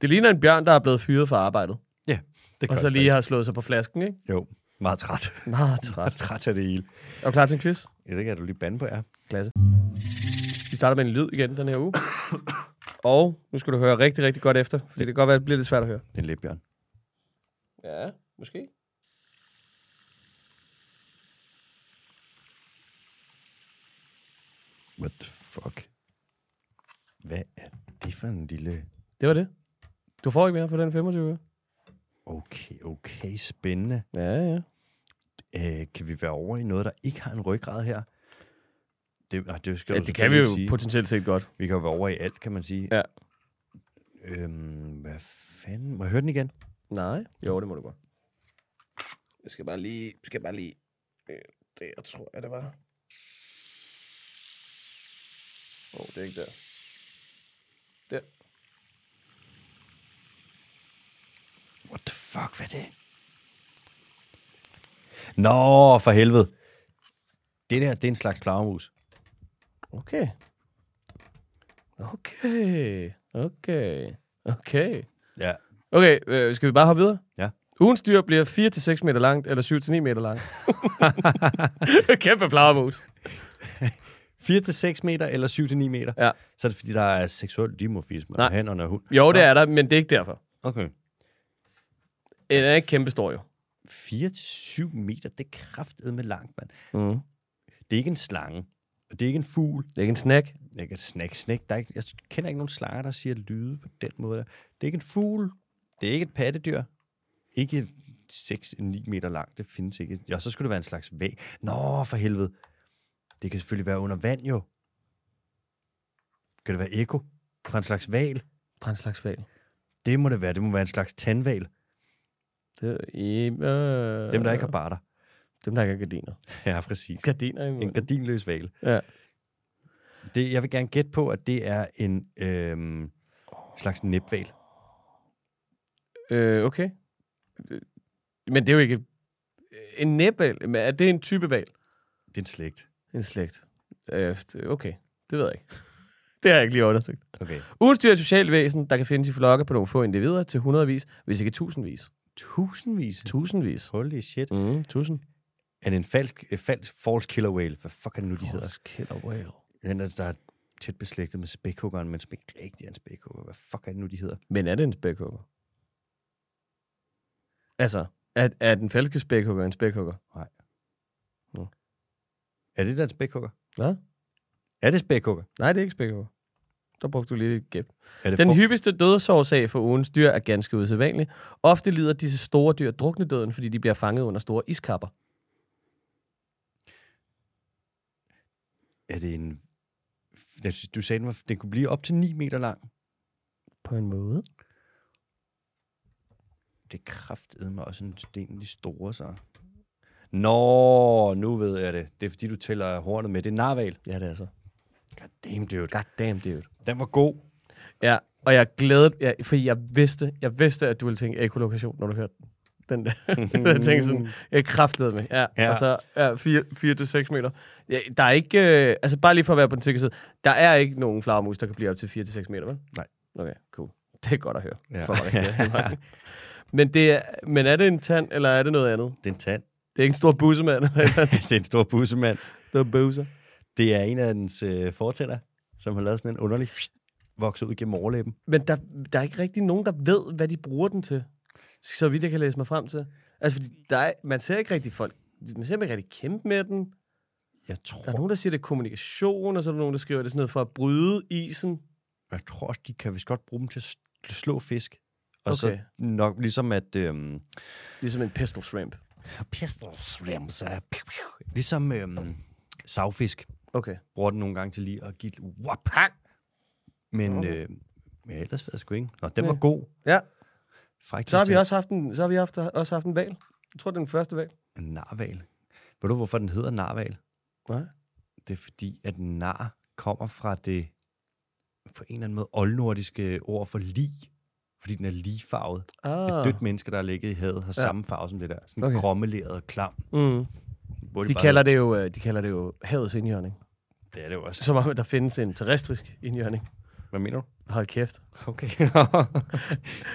Speaker 2: Det ligner en bjørn, der er blevet fyret fra arbejdet.
Speaker 1: Ja, det gør
Speaker 2: Og så
Speaker 1: den
Speaker 2: lige har slået sig på flasken, ikke?
Speaker 1: faktisk. Jo, meget træt.
Speaker 2: Meget
Speaker 1: Meget
Speaker 2: træt.
Speaker 1: træt af det hele.
Speaker 2: Er du klar til en quiz?
Speaker 1: Ja, det kan du lige bande på, ja.
Speaker 2: Klasse. Vi starter med en lyd igen den her uge. Og nu skal du høre rigtig, rigtig godt efter, fordi det kan godt være, at det bliver lidt svært at høre.
Speaker 1: Den læbjørn.
Speaker 2: Ja, måske.
Speaker 1: What the fuck? Hvad er det for en lille...
Speaker 2: Det var det. Du får ikke mere på den 25 øre.
Speaker 1: Okay, okay, spændende.
Speaker 2: Ja, ja.
Speaker 1: Øh, kan vi være over i noget, der ikke har en ryggrad her? Det, nej, det, skal
Speaker 2: ja
Speaker 1: du
Speaker 2: det kan
Speaker 1: selvfølgelig
Speaker 2: vi jo
Speaker 1: ikke sige.
Speaker 2: potentielt set godt.
Speaker 1: Vi kan jo være over i alt, kan man sige.
Speaker 2: Ja.
Speaker 1: Øhm, hvad fanden? Må jeg høre den igen?
Speaker 2: Nej. Jo, det må du godt. Jeg skal bare lige... Skal bare lige øh, det, jeg tror jeg, det var. Åh, oh, det er ikke der. Der.
Speaker 1: What the fuck, hvad er det? Nå, for helvede. Det der, det er en slags flagermus.
Speaker 2: Okay. Okay. Okay. Okay.
Speaker 1: Ja.
Speaker 2: Okay, øh, skal vi bare hoppe videre?
Speaker 1: Ja.
Speaker 2: Ugens dyr bliver 4-6 meter langt, eller 7-9 meter langt. Kæmpe flagermus.
Speaker 1: 4-6 meter eller 7-9 meter?
Speaker 2: Ja.
Speaker 1: Så er det, fordi der er seksuel dimorfisme
Speaker 2: Nej.
Speaker 1: på hænderne og hund.
Speaker 2: Jo, det er der, men det er ikke derfor.
Speaker 1: Okay.
Speaker 2: Den er ikke kæmpestor, jo.
Speaker 1: 4-7 meter, det er kraftedme langt, mand.
Speaker 2: Mm.
Speaker 1: Det er ikke en slange. Og det er ikke en fugl.
Speaker 2: Det er ikke en snack.
Speaker 1: Jeg kan snakke, snakke. Der er ikke, jeg kender ikke nogen slanger, der siger lyde på den måde. der. Det er ikke en fugl. Det er ikke et pattedyr. Ikke 6-9 meter langt. Det findes ikke. Ja, så skulle det være en slags væg. Nå, for helvede. Det kan selvfølgelig være under vand, jo. Kan det være eko fra en slags val?
Speaker 2: Fra en slags valg.
Speaker 1: Det må det være. Det må være en slags tandval.
Speaker 2: Det er, i- øh,
Speaker 1: Dem, der ikke har barter.
Speaker 2: Dem, der ikke har gardiner.
Speaker 1: Ja, præcis.
Speaker 2: Gardiner i
Speaker 1: En
Speaker 2: munden.
Speaker 1: gardinløs val.
Speaker 2: Ja.
Speaker 1: Det, jeg vil gerne gætte på, at det er en øhm, slags næbval.
Speaker 2: Øh, okay. Øh, Men det er jo ikke... En næbval, men er det en type valg?
Speaker 1: Det er en slægt.
Speaker 2: En slægt. Øh, det- okay, det ved jeg ikke. Det har jeg ikke lige undersøgt.
Speaker 1: Okay.
Speaker 2: Ugens dyr er et socialt væsen, der kan findes i flokke på nogle få individer til hundredvis, hvis ikke tusindvis.
Speaker 1: Tusindvis.
Speaker 2: Tusindvis.
Speaker 1: Holy shit.
Speaker 2: Mm, tusind.
Speaker 1: Er det en falsk, øh, falsk false killer whale? Hvad fuck er det nu, de hedder?
Speaker 2: killer whale.
Speaker 1: Den der, der er tæt beslægtet med spækhuggeren, men som ikke rigtig er en spækhugger. Hvad fuck er det nu, de hedder?
Speaker 2: Men er det en spækhugger? Altså, er, er den falske spækhugger en spækhugger?
Speaker 1: Er det der en spækhugger?
Speaker 2: Hvad?
Speaker 1: Er det spækhugger?
Speaker 2: Nej, det er ikke spækhugger. Der brugte du lige et gæt.
Speaker 1: Er det
Speaker 2: Den
Speaker 1: for...
Speaker 2: hyppigste dødsårsag for ugens dyr er ganske usædvanlig. Ofte lider disse store dyr druknedøden, fordi de bliver fanget under store iskapper.
Speaker 1: Er det en... Jeg synes, du sagde, den, var... den kunne blive op til 9 meter lang.
Speaker 2: På en måde.
Speaker 1: Det kræftede mig også en sten, de store, så... Nå, nu ved jeg det. Det er fordi, du tæller hornet med. Det er narval.
Speaker 2: Ja, det er så.
Speaker 1: God damn, dude.
Speaker 2: God damn, dude.
Speaker 1: Den var god.
Speaker 2: Ja, og jeg glædede, ja, fordi jeg vidste, jeg vidste, at du ville tænke ekolokation, når du hørte den. den der. så jeg tænkte sådan, jeg kraftede mig. Ja,
Speaker 1: Ja.
Speaker 2: ja. Altså, ja, 4 til 6 meter. Ja, der er ikke, øh, altså bare lige for at være på den sikre side, der er ikke nogen flagermus, der kan blive op til 4 til 6 meter, vel?
Speaker 1: Nej.
Speaker 2: Okay, cool. Det er godt at høre.
Speaker 1: Ja.
Speaker 2: For mig. Ja. men, det er, men er det en tand, eller er det noget andet?
Speaker 1: Det er en tand.
Speaker 2: Det er ikke en stor bussemand. eller et eller andet.
Speaker 1: det er en stor bussemand.
Speaker 2: det er en bøser.
Speaker 1: Det er en af dens øh, fortæller, som har lavet sådan en underlig vokse ud gennem overlæben.
Speaker 2: Men der, der er ikke rigtig nogen, der ved, hvad de bruger den til. Så vidt jeg kan læse mig frem til. Altså, fordi der er, man ser ikke rigtig folk, man ser dem ikke rigtig kæmpe med den.
Speaker 1: Jeg
Speaker 2: Der er
Speaker 1: tror,
Speaker 2: nogen, der siger, det er kommunikation, og så er der nogen, der skriver, at det er sådan noget for at bryde isen.
Speaker 1: jeg tror også, de kan vist godt bruge dem til at sl- slå fisk. Og okay. så
Speaker 2: Okay.
Speaker 1: nok ligesom at... Øhm,
Speaker 2: Ligesom en pistol shrimp.
Speaker 1: pistols, rams, ligesom øhm, savfisk
Speaker 2: Okay.
Speaker 1: bruger den nogle gange til lige at give et wapak. Men, øh, men ellers ved jeg sgu ikke. Nå, den var
Speaker 2: Ja.
Speaker 1: god.
Speaker 2: Ja,
Speaker 1: Fræk
Speaker 2: så har vi
Speaker 1: til-
Speaker 2: også haft en, så har vi haft, også haft en val. Jeg tror, det er den første val.
Speaker 1: En narval. Ved du, hvorfor den hedder narval?
Speaker 2: Nej.
Speaker 1: Det er fordi, at nar kommer fra det på en eller anden måde oldnordiske ord for lig. Fordi den er ligfarvet. Ah. Et
Speaker 2: Ah.
Speaker 1: dødt menneske, der er ligget i havet, har ja. samme farve som det der. Sådan okay.
Speaker 2: Okay.
Speaker 1: krommeleret og klam.
Speaker 2: Mm.
Speaker 1: Burde
Speaker 2: De,
Speaker 1: bare
Speaker 2: kalder det jo, øh, de kalder det jo havets indjørning.
Speaker 1: hedde- Det er det jo også.
Speaker 2: Som om, at der findes en terrestrisk indjørning.
Speaker 1: Hvad mener du?
Speaker 2: Hold kæft.
Speaker 1: Okay.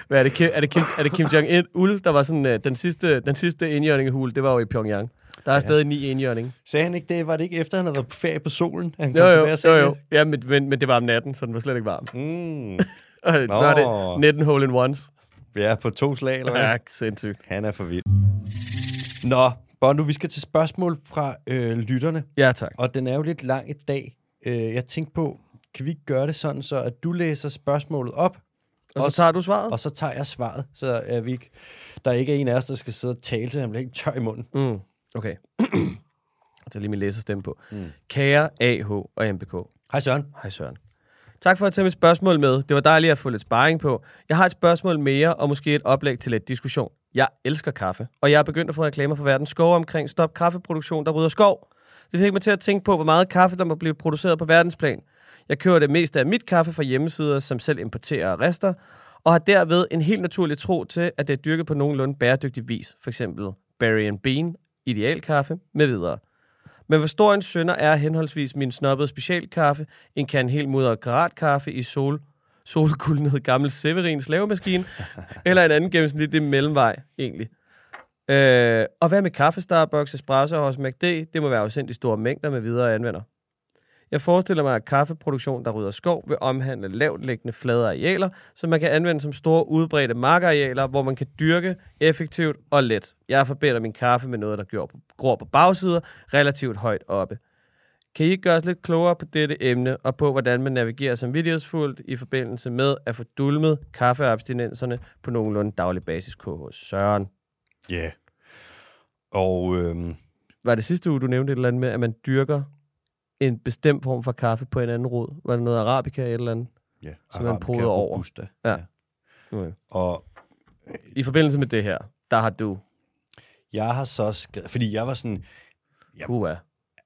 Speaker 2: Hvad er det, Kim, er det Kim, er det Kim Jong-un, der var sådan, øh, den sidste, den sidste indjørningehul, det var jo i Pyongyang. Der er ja. stadig ni indjørning.
Speaker 1: Sagde han ikke det? Var det ikke efter, han havde været på ferie på solen? Han
Speaker 2: Jo,
Speaker 1: kom
Speaker 2: jo,
Speaker 1: tilbage og
Speaker 2: jo,
Speaker 1: sagde
Speaker 2: jo. Ja, men, men, men det var om natten, så den var slet ikke varm.
Speaker 1: det? Mm.
Speaker 2: Og der er det 19 hole in ones.
Speaker 1: Vi er på to slag, eller hvad?
Speaker 2: Ja, sindssygt.
Speaker 1: Han er for vild. Nå, Bondo, vi skal til spørgsmål fra øh, lytterne.
Speaker 2: Ja, tak.
Speaker 1: Og den er jo lidt lang i dag. Øh, jeg tænkte på, kan vi ikke gøre det sådan, så at du læser spørgsmålet op,
Speaker 2: Og så
Speaker 1: Også-
Speaker 2: tager du svaret?
Speaker 1: og så tager jeg svaret, så er vi ikke, der ikke er en af os, der skal sidde og tale til, han bliver helt tør i munden.
Speaker 2: Mm. Okay. Jeg tager lige min læserstemme på. Mm. Kære AH og MBK.
Speaker 1: Hej Søren.
Speaker 2: Hej Søren. Tak for at tage mit spørgsmål med. Det var dejligt at få lidt sparring på. Jeg har et spørgsmål mere, og måske et oplæg til lidt diskussion. Jeg elsker kaffe, og jeg er begyndt at få reklamer fra verdens skove omkring stop kaffeproduktion, der rydder skov. Det fik mig til at tænke på, hvor meget kaffe, der må blive produceret på verdensplan. Jeg kører det meste af mit kaffe fra hjemmesider, som selv importerer rester, og har derved en helt naturlig tro til, at det er dyrket på nogenlunde bæredygtig vis. For eksempel Berry and Bean, idealkaffe med videre. Men hvor stor en sønder er henholdsvis min snobbede specialkaffe, en kan helt mudret karatkaffe i sol, solkuldnet gammel Severins lavemaskine, eller en anden gennemsnitlig mellemvej, egentlig. Øh, og hvad med kaffe, Starbucks, espresso hos McD? Det må være afsendt i store mængder med videre anvender. Jeg forestiller mig, at kaffeproduktion, der rydder skov, vil omhandle lavt liggende flade arealer, som man kan anvende som store udbredte markarealer, hvor man kan dyrke effektivt og let. Jeg forbinder min kaffe med noget, der gror på- gror på bagsider relativt højt oppe. Kan I ikke gøre os lidt klogere på dette emne, og på, hvordan man navigerer som vidtighedsfuldt i forbindelse med at få dulmet kaffeabstinenserne på nogenlunde daglig basis, KH Søren?
Speaker 1: Ja. Yeah. Og øhm,
Speaker 2: Var det sidste uge, du nævnte et eller andet med, at man dyrker en bestemt form for kaffe på en anden rod? Var det noget arabica eller et eller andet?
Speaker 1: ja,
Speaker 2: Så man
Speaker 1: Arabica
Speaker 2: poder over.
Speaker 1: Robusta.
Speaker 2: Ja. Okay.
Speaker 1: Okay. Og
Speaker 2: I forbindelse med det her, der har du...
Speaker 1: jeg har så skrevet, fordi jeg var sådan, Jamen.
Speaker 2: Uha,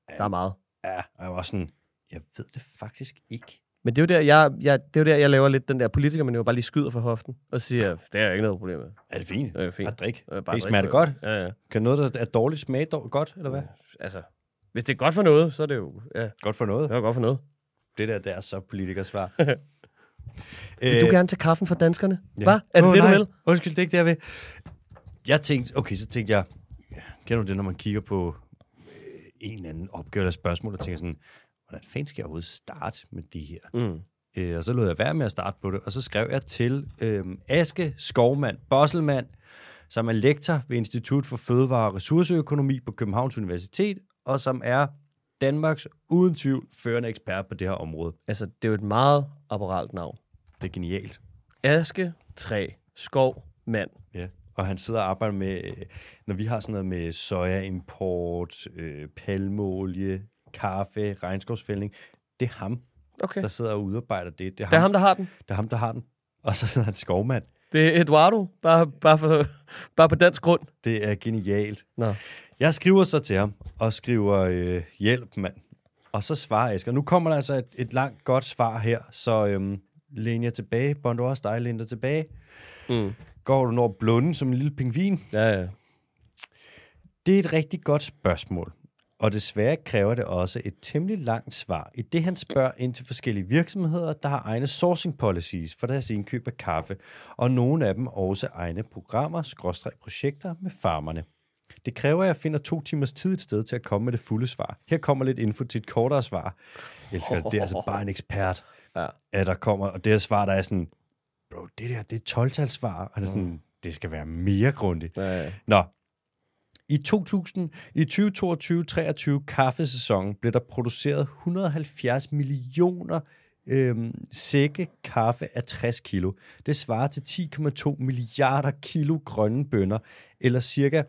Speaker 2: der er meget.
Speaker 1: ja, og jeg var sådan, jeg ved det faktisk ikke.
Speaker 2: Men det er jo der, jeg, jeg, det er jo der, jeg laver lidt den der politiker, men jeg bare lige skyder for hoften og siger, det er jeg ikke noget problem med.
Speaker 1: Er det fint?
Speaker 2: Det er fint.
Speaker 1: Bare drik.
Speaker 2: Øh,
Speaker 1: det
Speaker 2: drik
Speaker 1: smager det
Speaker 2: det.
Speaker 1: godt.
Speaker 2: Ja, ja.
Speaker 1: Kan noget, der er dårligt, smage dår- godt, eller hvad?
Speaker 2: Altså, hvis det er godt for noget, så er det jo... Ja,
Speaker 1: Godt for noget.
Speaker 2: det er godt for noget.
Speaker 1: Det der, det er så politikersvar. Øh,
Speaker 2: Vil du gerne tage kaffen fra danskerne? Ja. Hvad? Er det
Speaker 1: Åh,
Speaker 2: det,
Speaker 1: nej.
Speaker 2: du vil?
Speaker 1: Undskyld, det er ikke det, jeg vil. Jeg tænkte, okay, så tænkte jeg, ja, kender du det, når man kigger på øh, en eller anden opgave eller spørgsmål, og tænker sådan, hvordan fanden skal jeg overhovedet starte med det her?
Speaker 2: Mm.
Speaker 1: Øh, og så lod jeg være med at starte på det, og så skrev jeg til øh, Aske Skovmand Bosselmand, som er lektor ved Institut for Fødevare og Ressourceøkonomi på Københavns Universitet, og som er Danmarks uden tvivl førende ekspert på det her område.
Speaker 2: Altså, det er jo et meget apparalt navn.
Speaker 1: Det er genialt.
Speaker 2: Aske, træ, skov, mand.
Speaker 1: Ja. Og han sidder og arbejder med, øh, når vi har sådan noget med sojaimport, øh, palmeolie, kaffe, regnskovsfældning, det er ham,
Speaker 2: Okay.
Speaker 1: der sidder og udarbejder det. Det er ham,
Speaker 2: Det er ham, der har den.
Speaker 1: det er ham der har den. Og så er han skovmand.
Speaker 2: Det er Eduardo, bare, bare, for, bare på dansk grund.
Speaker 1: Det er genialt.
Speaker 2: Nå.
Speaker 1: Jeg skriver så til ham og skriver, øh, hjælp mand. Og så svarer Asger. Nu kommer der altså et, et langt godt svar her, så øhm, læn jer tilbage. Bånd du også dig, læn dig tilbage.
Speaker 2: Mm.
Speaker 1: Går du når blunden som en lille pingvin?
Speaker 2: Ja, ja.
Speaker 1: Det er et rigtig godt spørgsmål, og desværre kræver det også et temmelig langt svar, i det han spørger ind til forskellige virksomheder, der har egne sourcing policies for deres indkøb af kaffe, og nogle af dem også egne programmer, skråstreg projekter med farmerne. Det kræver, at jeg finder to timers tid et sted til at komme med det fulde svar. Her kommer lidt info til et kortere svar. Jeg elsker det. Det er altså bare en ekspert,
Speaker 2: Ja.
Speaker 1: at der kommer, og det her svar, der er sådan, bro, det der, det er 12-talssvar, og han er sådan, det skal være mere grundigt.
Speaker 2: ja, ja.
Speaker 1: Nå. I 2000, i 2022-23 kaffesæsonen blev der produceret 170 millioner øhm, sække kaffe af 60 kilo. Det svarer til 10,2 milliarder kilo grønne bønner, eller cirka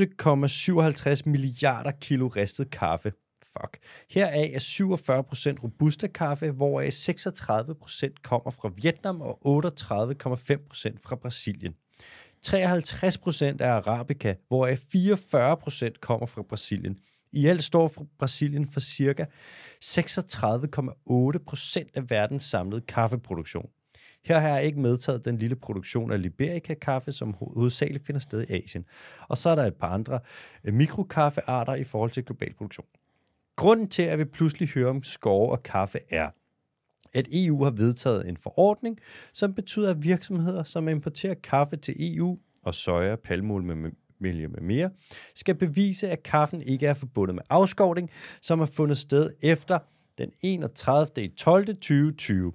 Speaker 1: 8,57 milliarder kilo ristet kaffe. Fuck. Heraf er 47 procent robusta kaffe, hvoraf 36 procent kommer fra Vietnam og 38,5 procent fra Brasilien. 53 procent er arabica, hvoraf 44 procent kommer fra Brasilien. I alt står for Brasilien for ca. 36,8 procent af verdens samlede kaffeproduktion. Her har jeg ikke medtaget den lille produktion af Liberica-kaffe, som ho- hovedsageligt finder sted i Asien. Og så er der et par andre øh, mikrokaffearter i forhold til global produktion. Grunden til, at vi pludselig hører om skove og kaffe er, at EU har vedtaget en forordning, som betyder, at virksomheder, som importerer kaffe til EU og soja, palmolie med miljø med mere, skal bevise, at kaffen ikke er forbundet med afskovning, som har fundet sted efter den 31. 12. 2020.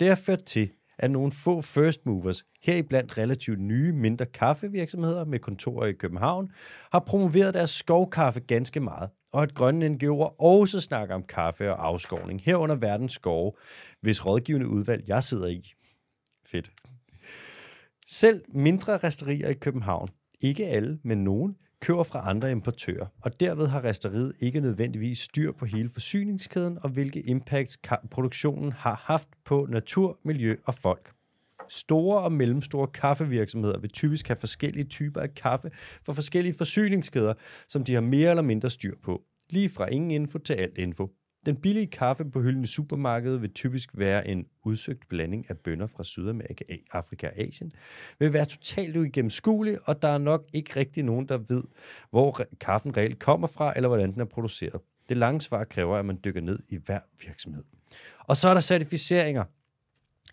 Speaker 1: Det har ført til, at nogle få first movers, heriblandt relativt nye, mindre kaffevirksomheder med kontorer i København, har promoveret deres skovkaffe ganske meget, og at grønne NGO'er også snakker om kaffe og afskovning herunder verdens skove, hvis rådgivende udvalg jeg sidder i. Fedt. Selv mindre resterier i København, ikke alle, men nogen, køber fra andre importører, og derved har resteriet ikke nødvendigvis styr på hele forsyningskæden og hvilke impacts ka- produktionen har haft på natur, miljø og folk. Store og mellemstore kaffevirksomheder vil typisk have forskellige typer af kaffe fra forskellige forsyningskæder, som de har mere eller mindre styr på. Lige fra ingen info til alt info. Den billige kaffe på hylden i supermarkedet vil typisk være en udsøgt blanding af bønder fra Sydamerika, A- Afrika og Asien, vil være totalt uigennemskuelig, og der er nok ikke rigtig nogen, der ved, hvor re- kaffen reelt kommer fra, eller hvordan den er produceret. Det lange svar kræver, at man dykker ned i hver virksomhed. Og så er der certificeringer.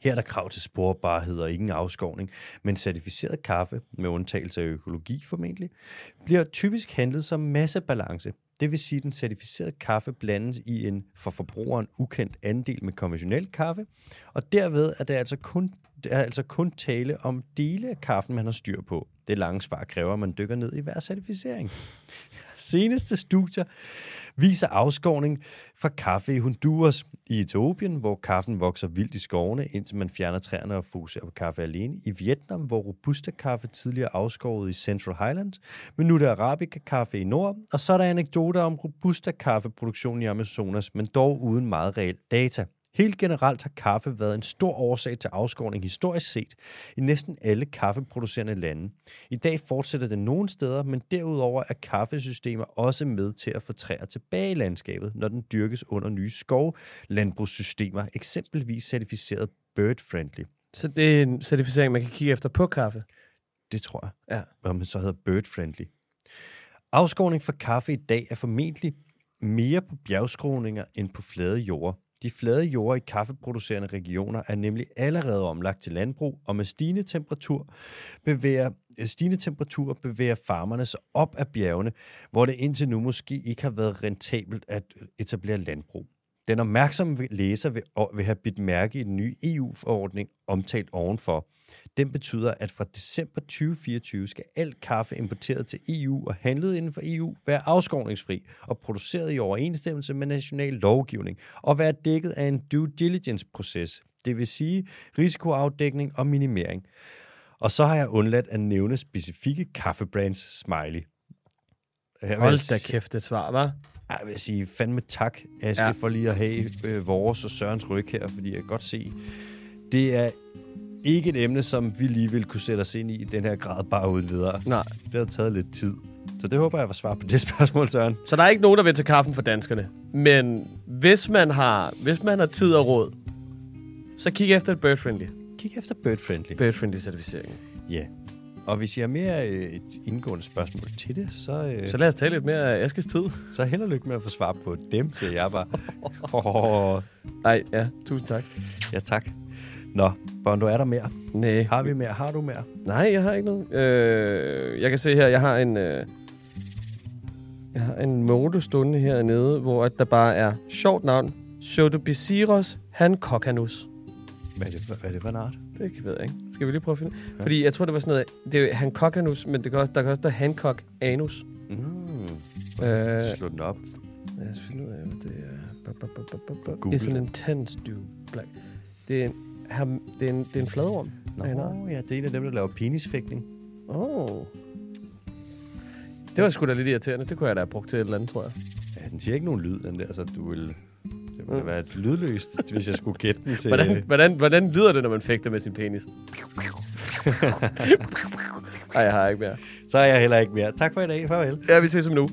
Speaker 1: Her er der krav til sporbarhed og ingen afskovning, men certificeret kaffe, med undtagelse af økologi formentlig, bliver typisk handlet som massebalance. Det vil sige, at den certificerede kaffe blandes i en for forbrugeren ukendt andel med konventionel kaffe, og derved er der altså kun, der er altså kun tale om dele af kaffen, man har styr på. Det lange svar kræver, at man dykker ned i hver certificering. Seneste studier viser afskovning fra kaffe i Honduras i Etiopien, hvor kaffen vokser vildt i skovene, indtil man fjerner træerne og fokuserer på kaffe alene. I Vietnam, hvor robusta kaffe tidligere er afskovet i Central Highlands, men nu er det arabica kaffe i nord. Og så er der anekdoter om robusta kaffeproduktion i Amazonas, men dog uden meget reelt data. Helt generelt har kaffe været en stor årsag til afskovning historisk set i næsten alle kaffeproducerende lande. I dag fortsætter det nogle steder, men derudover er kaffesystemer også med til at få træer tilbage i landskabet, når den dyrkes under nye skovlandbrugssystemer, eksempelvis certificeret bird-friendly.
Speaker 2: Så det er en certificering, man kan kigge efter på kaffe.
Speaker 1: Det tror jeg.
Speaker 2: Ja.
Speaker 1: Om man så hedder bird-friendly. Afskovning for kaffe i dag er formentlig mere på bjergskråninger end på flade jorder. De flade jorder i kaffeproducerende regioner er nemlig allerede omlagt til landbrug, og med stigende temperatur bevæger, øh, stigende temperatur bevæger farmerne sig op af bjergene, hvor det indtil nu måske ikke har været rentabelt at øh, etablere landbrug. Den opmærksomme læser vil, og- vil have bidt mærke i den nye EU-forordning omtalt ovenfor. Den betyder, at fra december 2024 skal alt kaffe importeret til EU og handlet inden for EU være afskovningsfri og produceret i overensstemmelse med national lovgivning og være dækket af en due diligence-proces, det vil sige risikoafdækning og minimering. Og så har jeg undladt at nævne specifikke kaffebrands smiley. Her vil jeg
Speaker 2: Hold da kæft, et svar, hva'?
Speaker 1: ej, jeg vil sige fandme tak, Aske, ja.
Speaker 2: Ja.
Speaker 1: for lige at have øh, vores og Sørens ryg her, fordi jeg kan godt se, det er ikke et emne, som vi lige vil kunne sætte os ind i i den her grad bare uden videre.
Speaker 2: Nej.
Speaker 1: Det har taget lidt tid. Så det håber jeg var svar på det spørgsmål, Søren.
Speaker 2: Så der er ikke nogen, der vil til kaffen for danskerne. Men hvis man har, hvis man har tid og råd, så kig efter et bird-friendly.
Speaker 1: Kig efter Bird Friendly.
Speaker 2: Bird-friendly certificering.
Speaker 1: Ja. Og hvis I har mere øh, et indgående spørgsmål til det, så, øh,
Speaker 2: Så
Speaker 1: så,
Speaker 2: lad os tale lidt mere af Askes tid.
Speaker 1: så held og lykke med at få svar på dem, siger jeg bare. Åh,
Speaker 2: Nej, ja. Tusind tak.
Speaker 1: ja, tak. Nå, Bondo, er der mere?
Speaker 2: Nej.
Speaker 1: Har vi mere? Har du mere?
Speaker 2: Nej, jeg har ikke noget. Øh, jeg kan se her, jeg har en... Øh, jeg har en mode stående hernede, hvor at der bare er sjovt navn. Sodobisiros hankokanus.
Speaker 1: Hvad er det, for- hvad er det for en art?
Speaker 2: Det kan jeg ved jeg ikke. Skal vi lige prøve at finde? Ja. Fordi jeg tror, det var sådan noget... Det er hankokanus, men det kan også, der kan også stå hankok anus.
Speaker 1: Mm.
Speaker 2: Øh,
Speaker 1: Slå den op.
Speaker 2: Lad os finde ud af, hvad det er. Ba, ba, ba, ba, ba, ba.
Speaker 1: Google
Speaker 2: It's an
Speaker 1: det.
Speaker 2: intense dude. Black. Det er en, ham, det er en, det er en fladorm.
Speaker 1: Nå,
Speaker 2: af en art.
Speaker 1: ja, det er en af dem, der laver penisfægtning.
Speaker 2: Oh. Det var sgu da lidt irriterende. Det kunne jeg da have brugt til et eller andet, tror jeg.
Speaker 1: Ja, den siger ikke nogen lyd, den der, så du vil... Det ville være et lydløst, hvis jeg skulle gætte den til...
Speaker 2: Hvordan, hvordan, hvordan lyder det, når man fægter med sin penis? Ej, jeg har ikke mere.
Speaker 1: Så er jeg heller ikke mere. Tak for i dag. Farvel.
Speaker 2: Ja, vi ses om nu.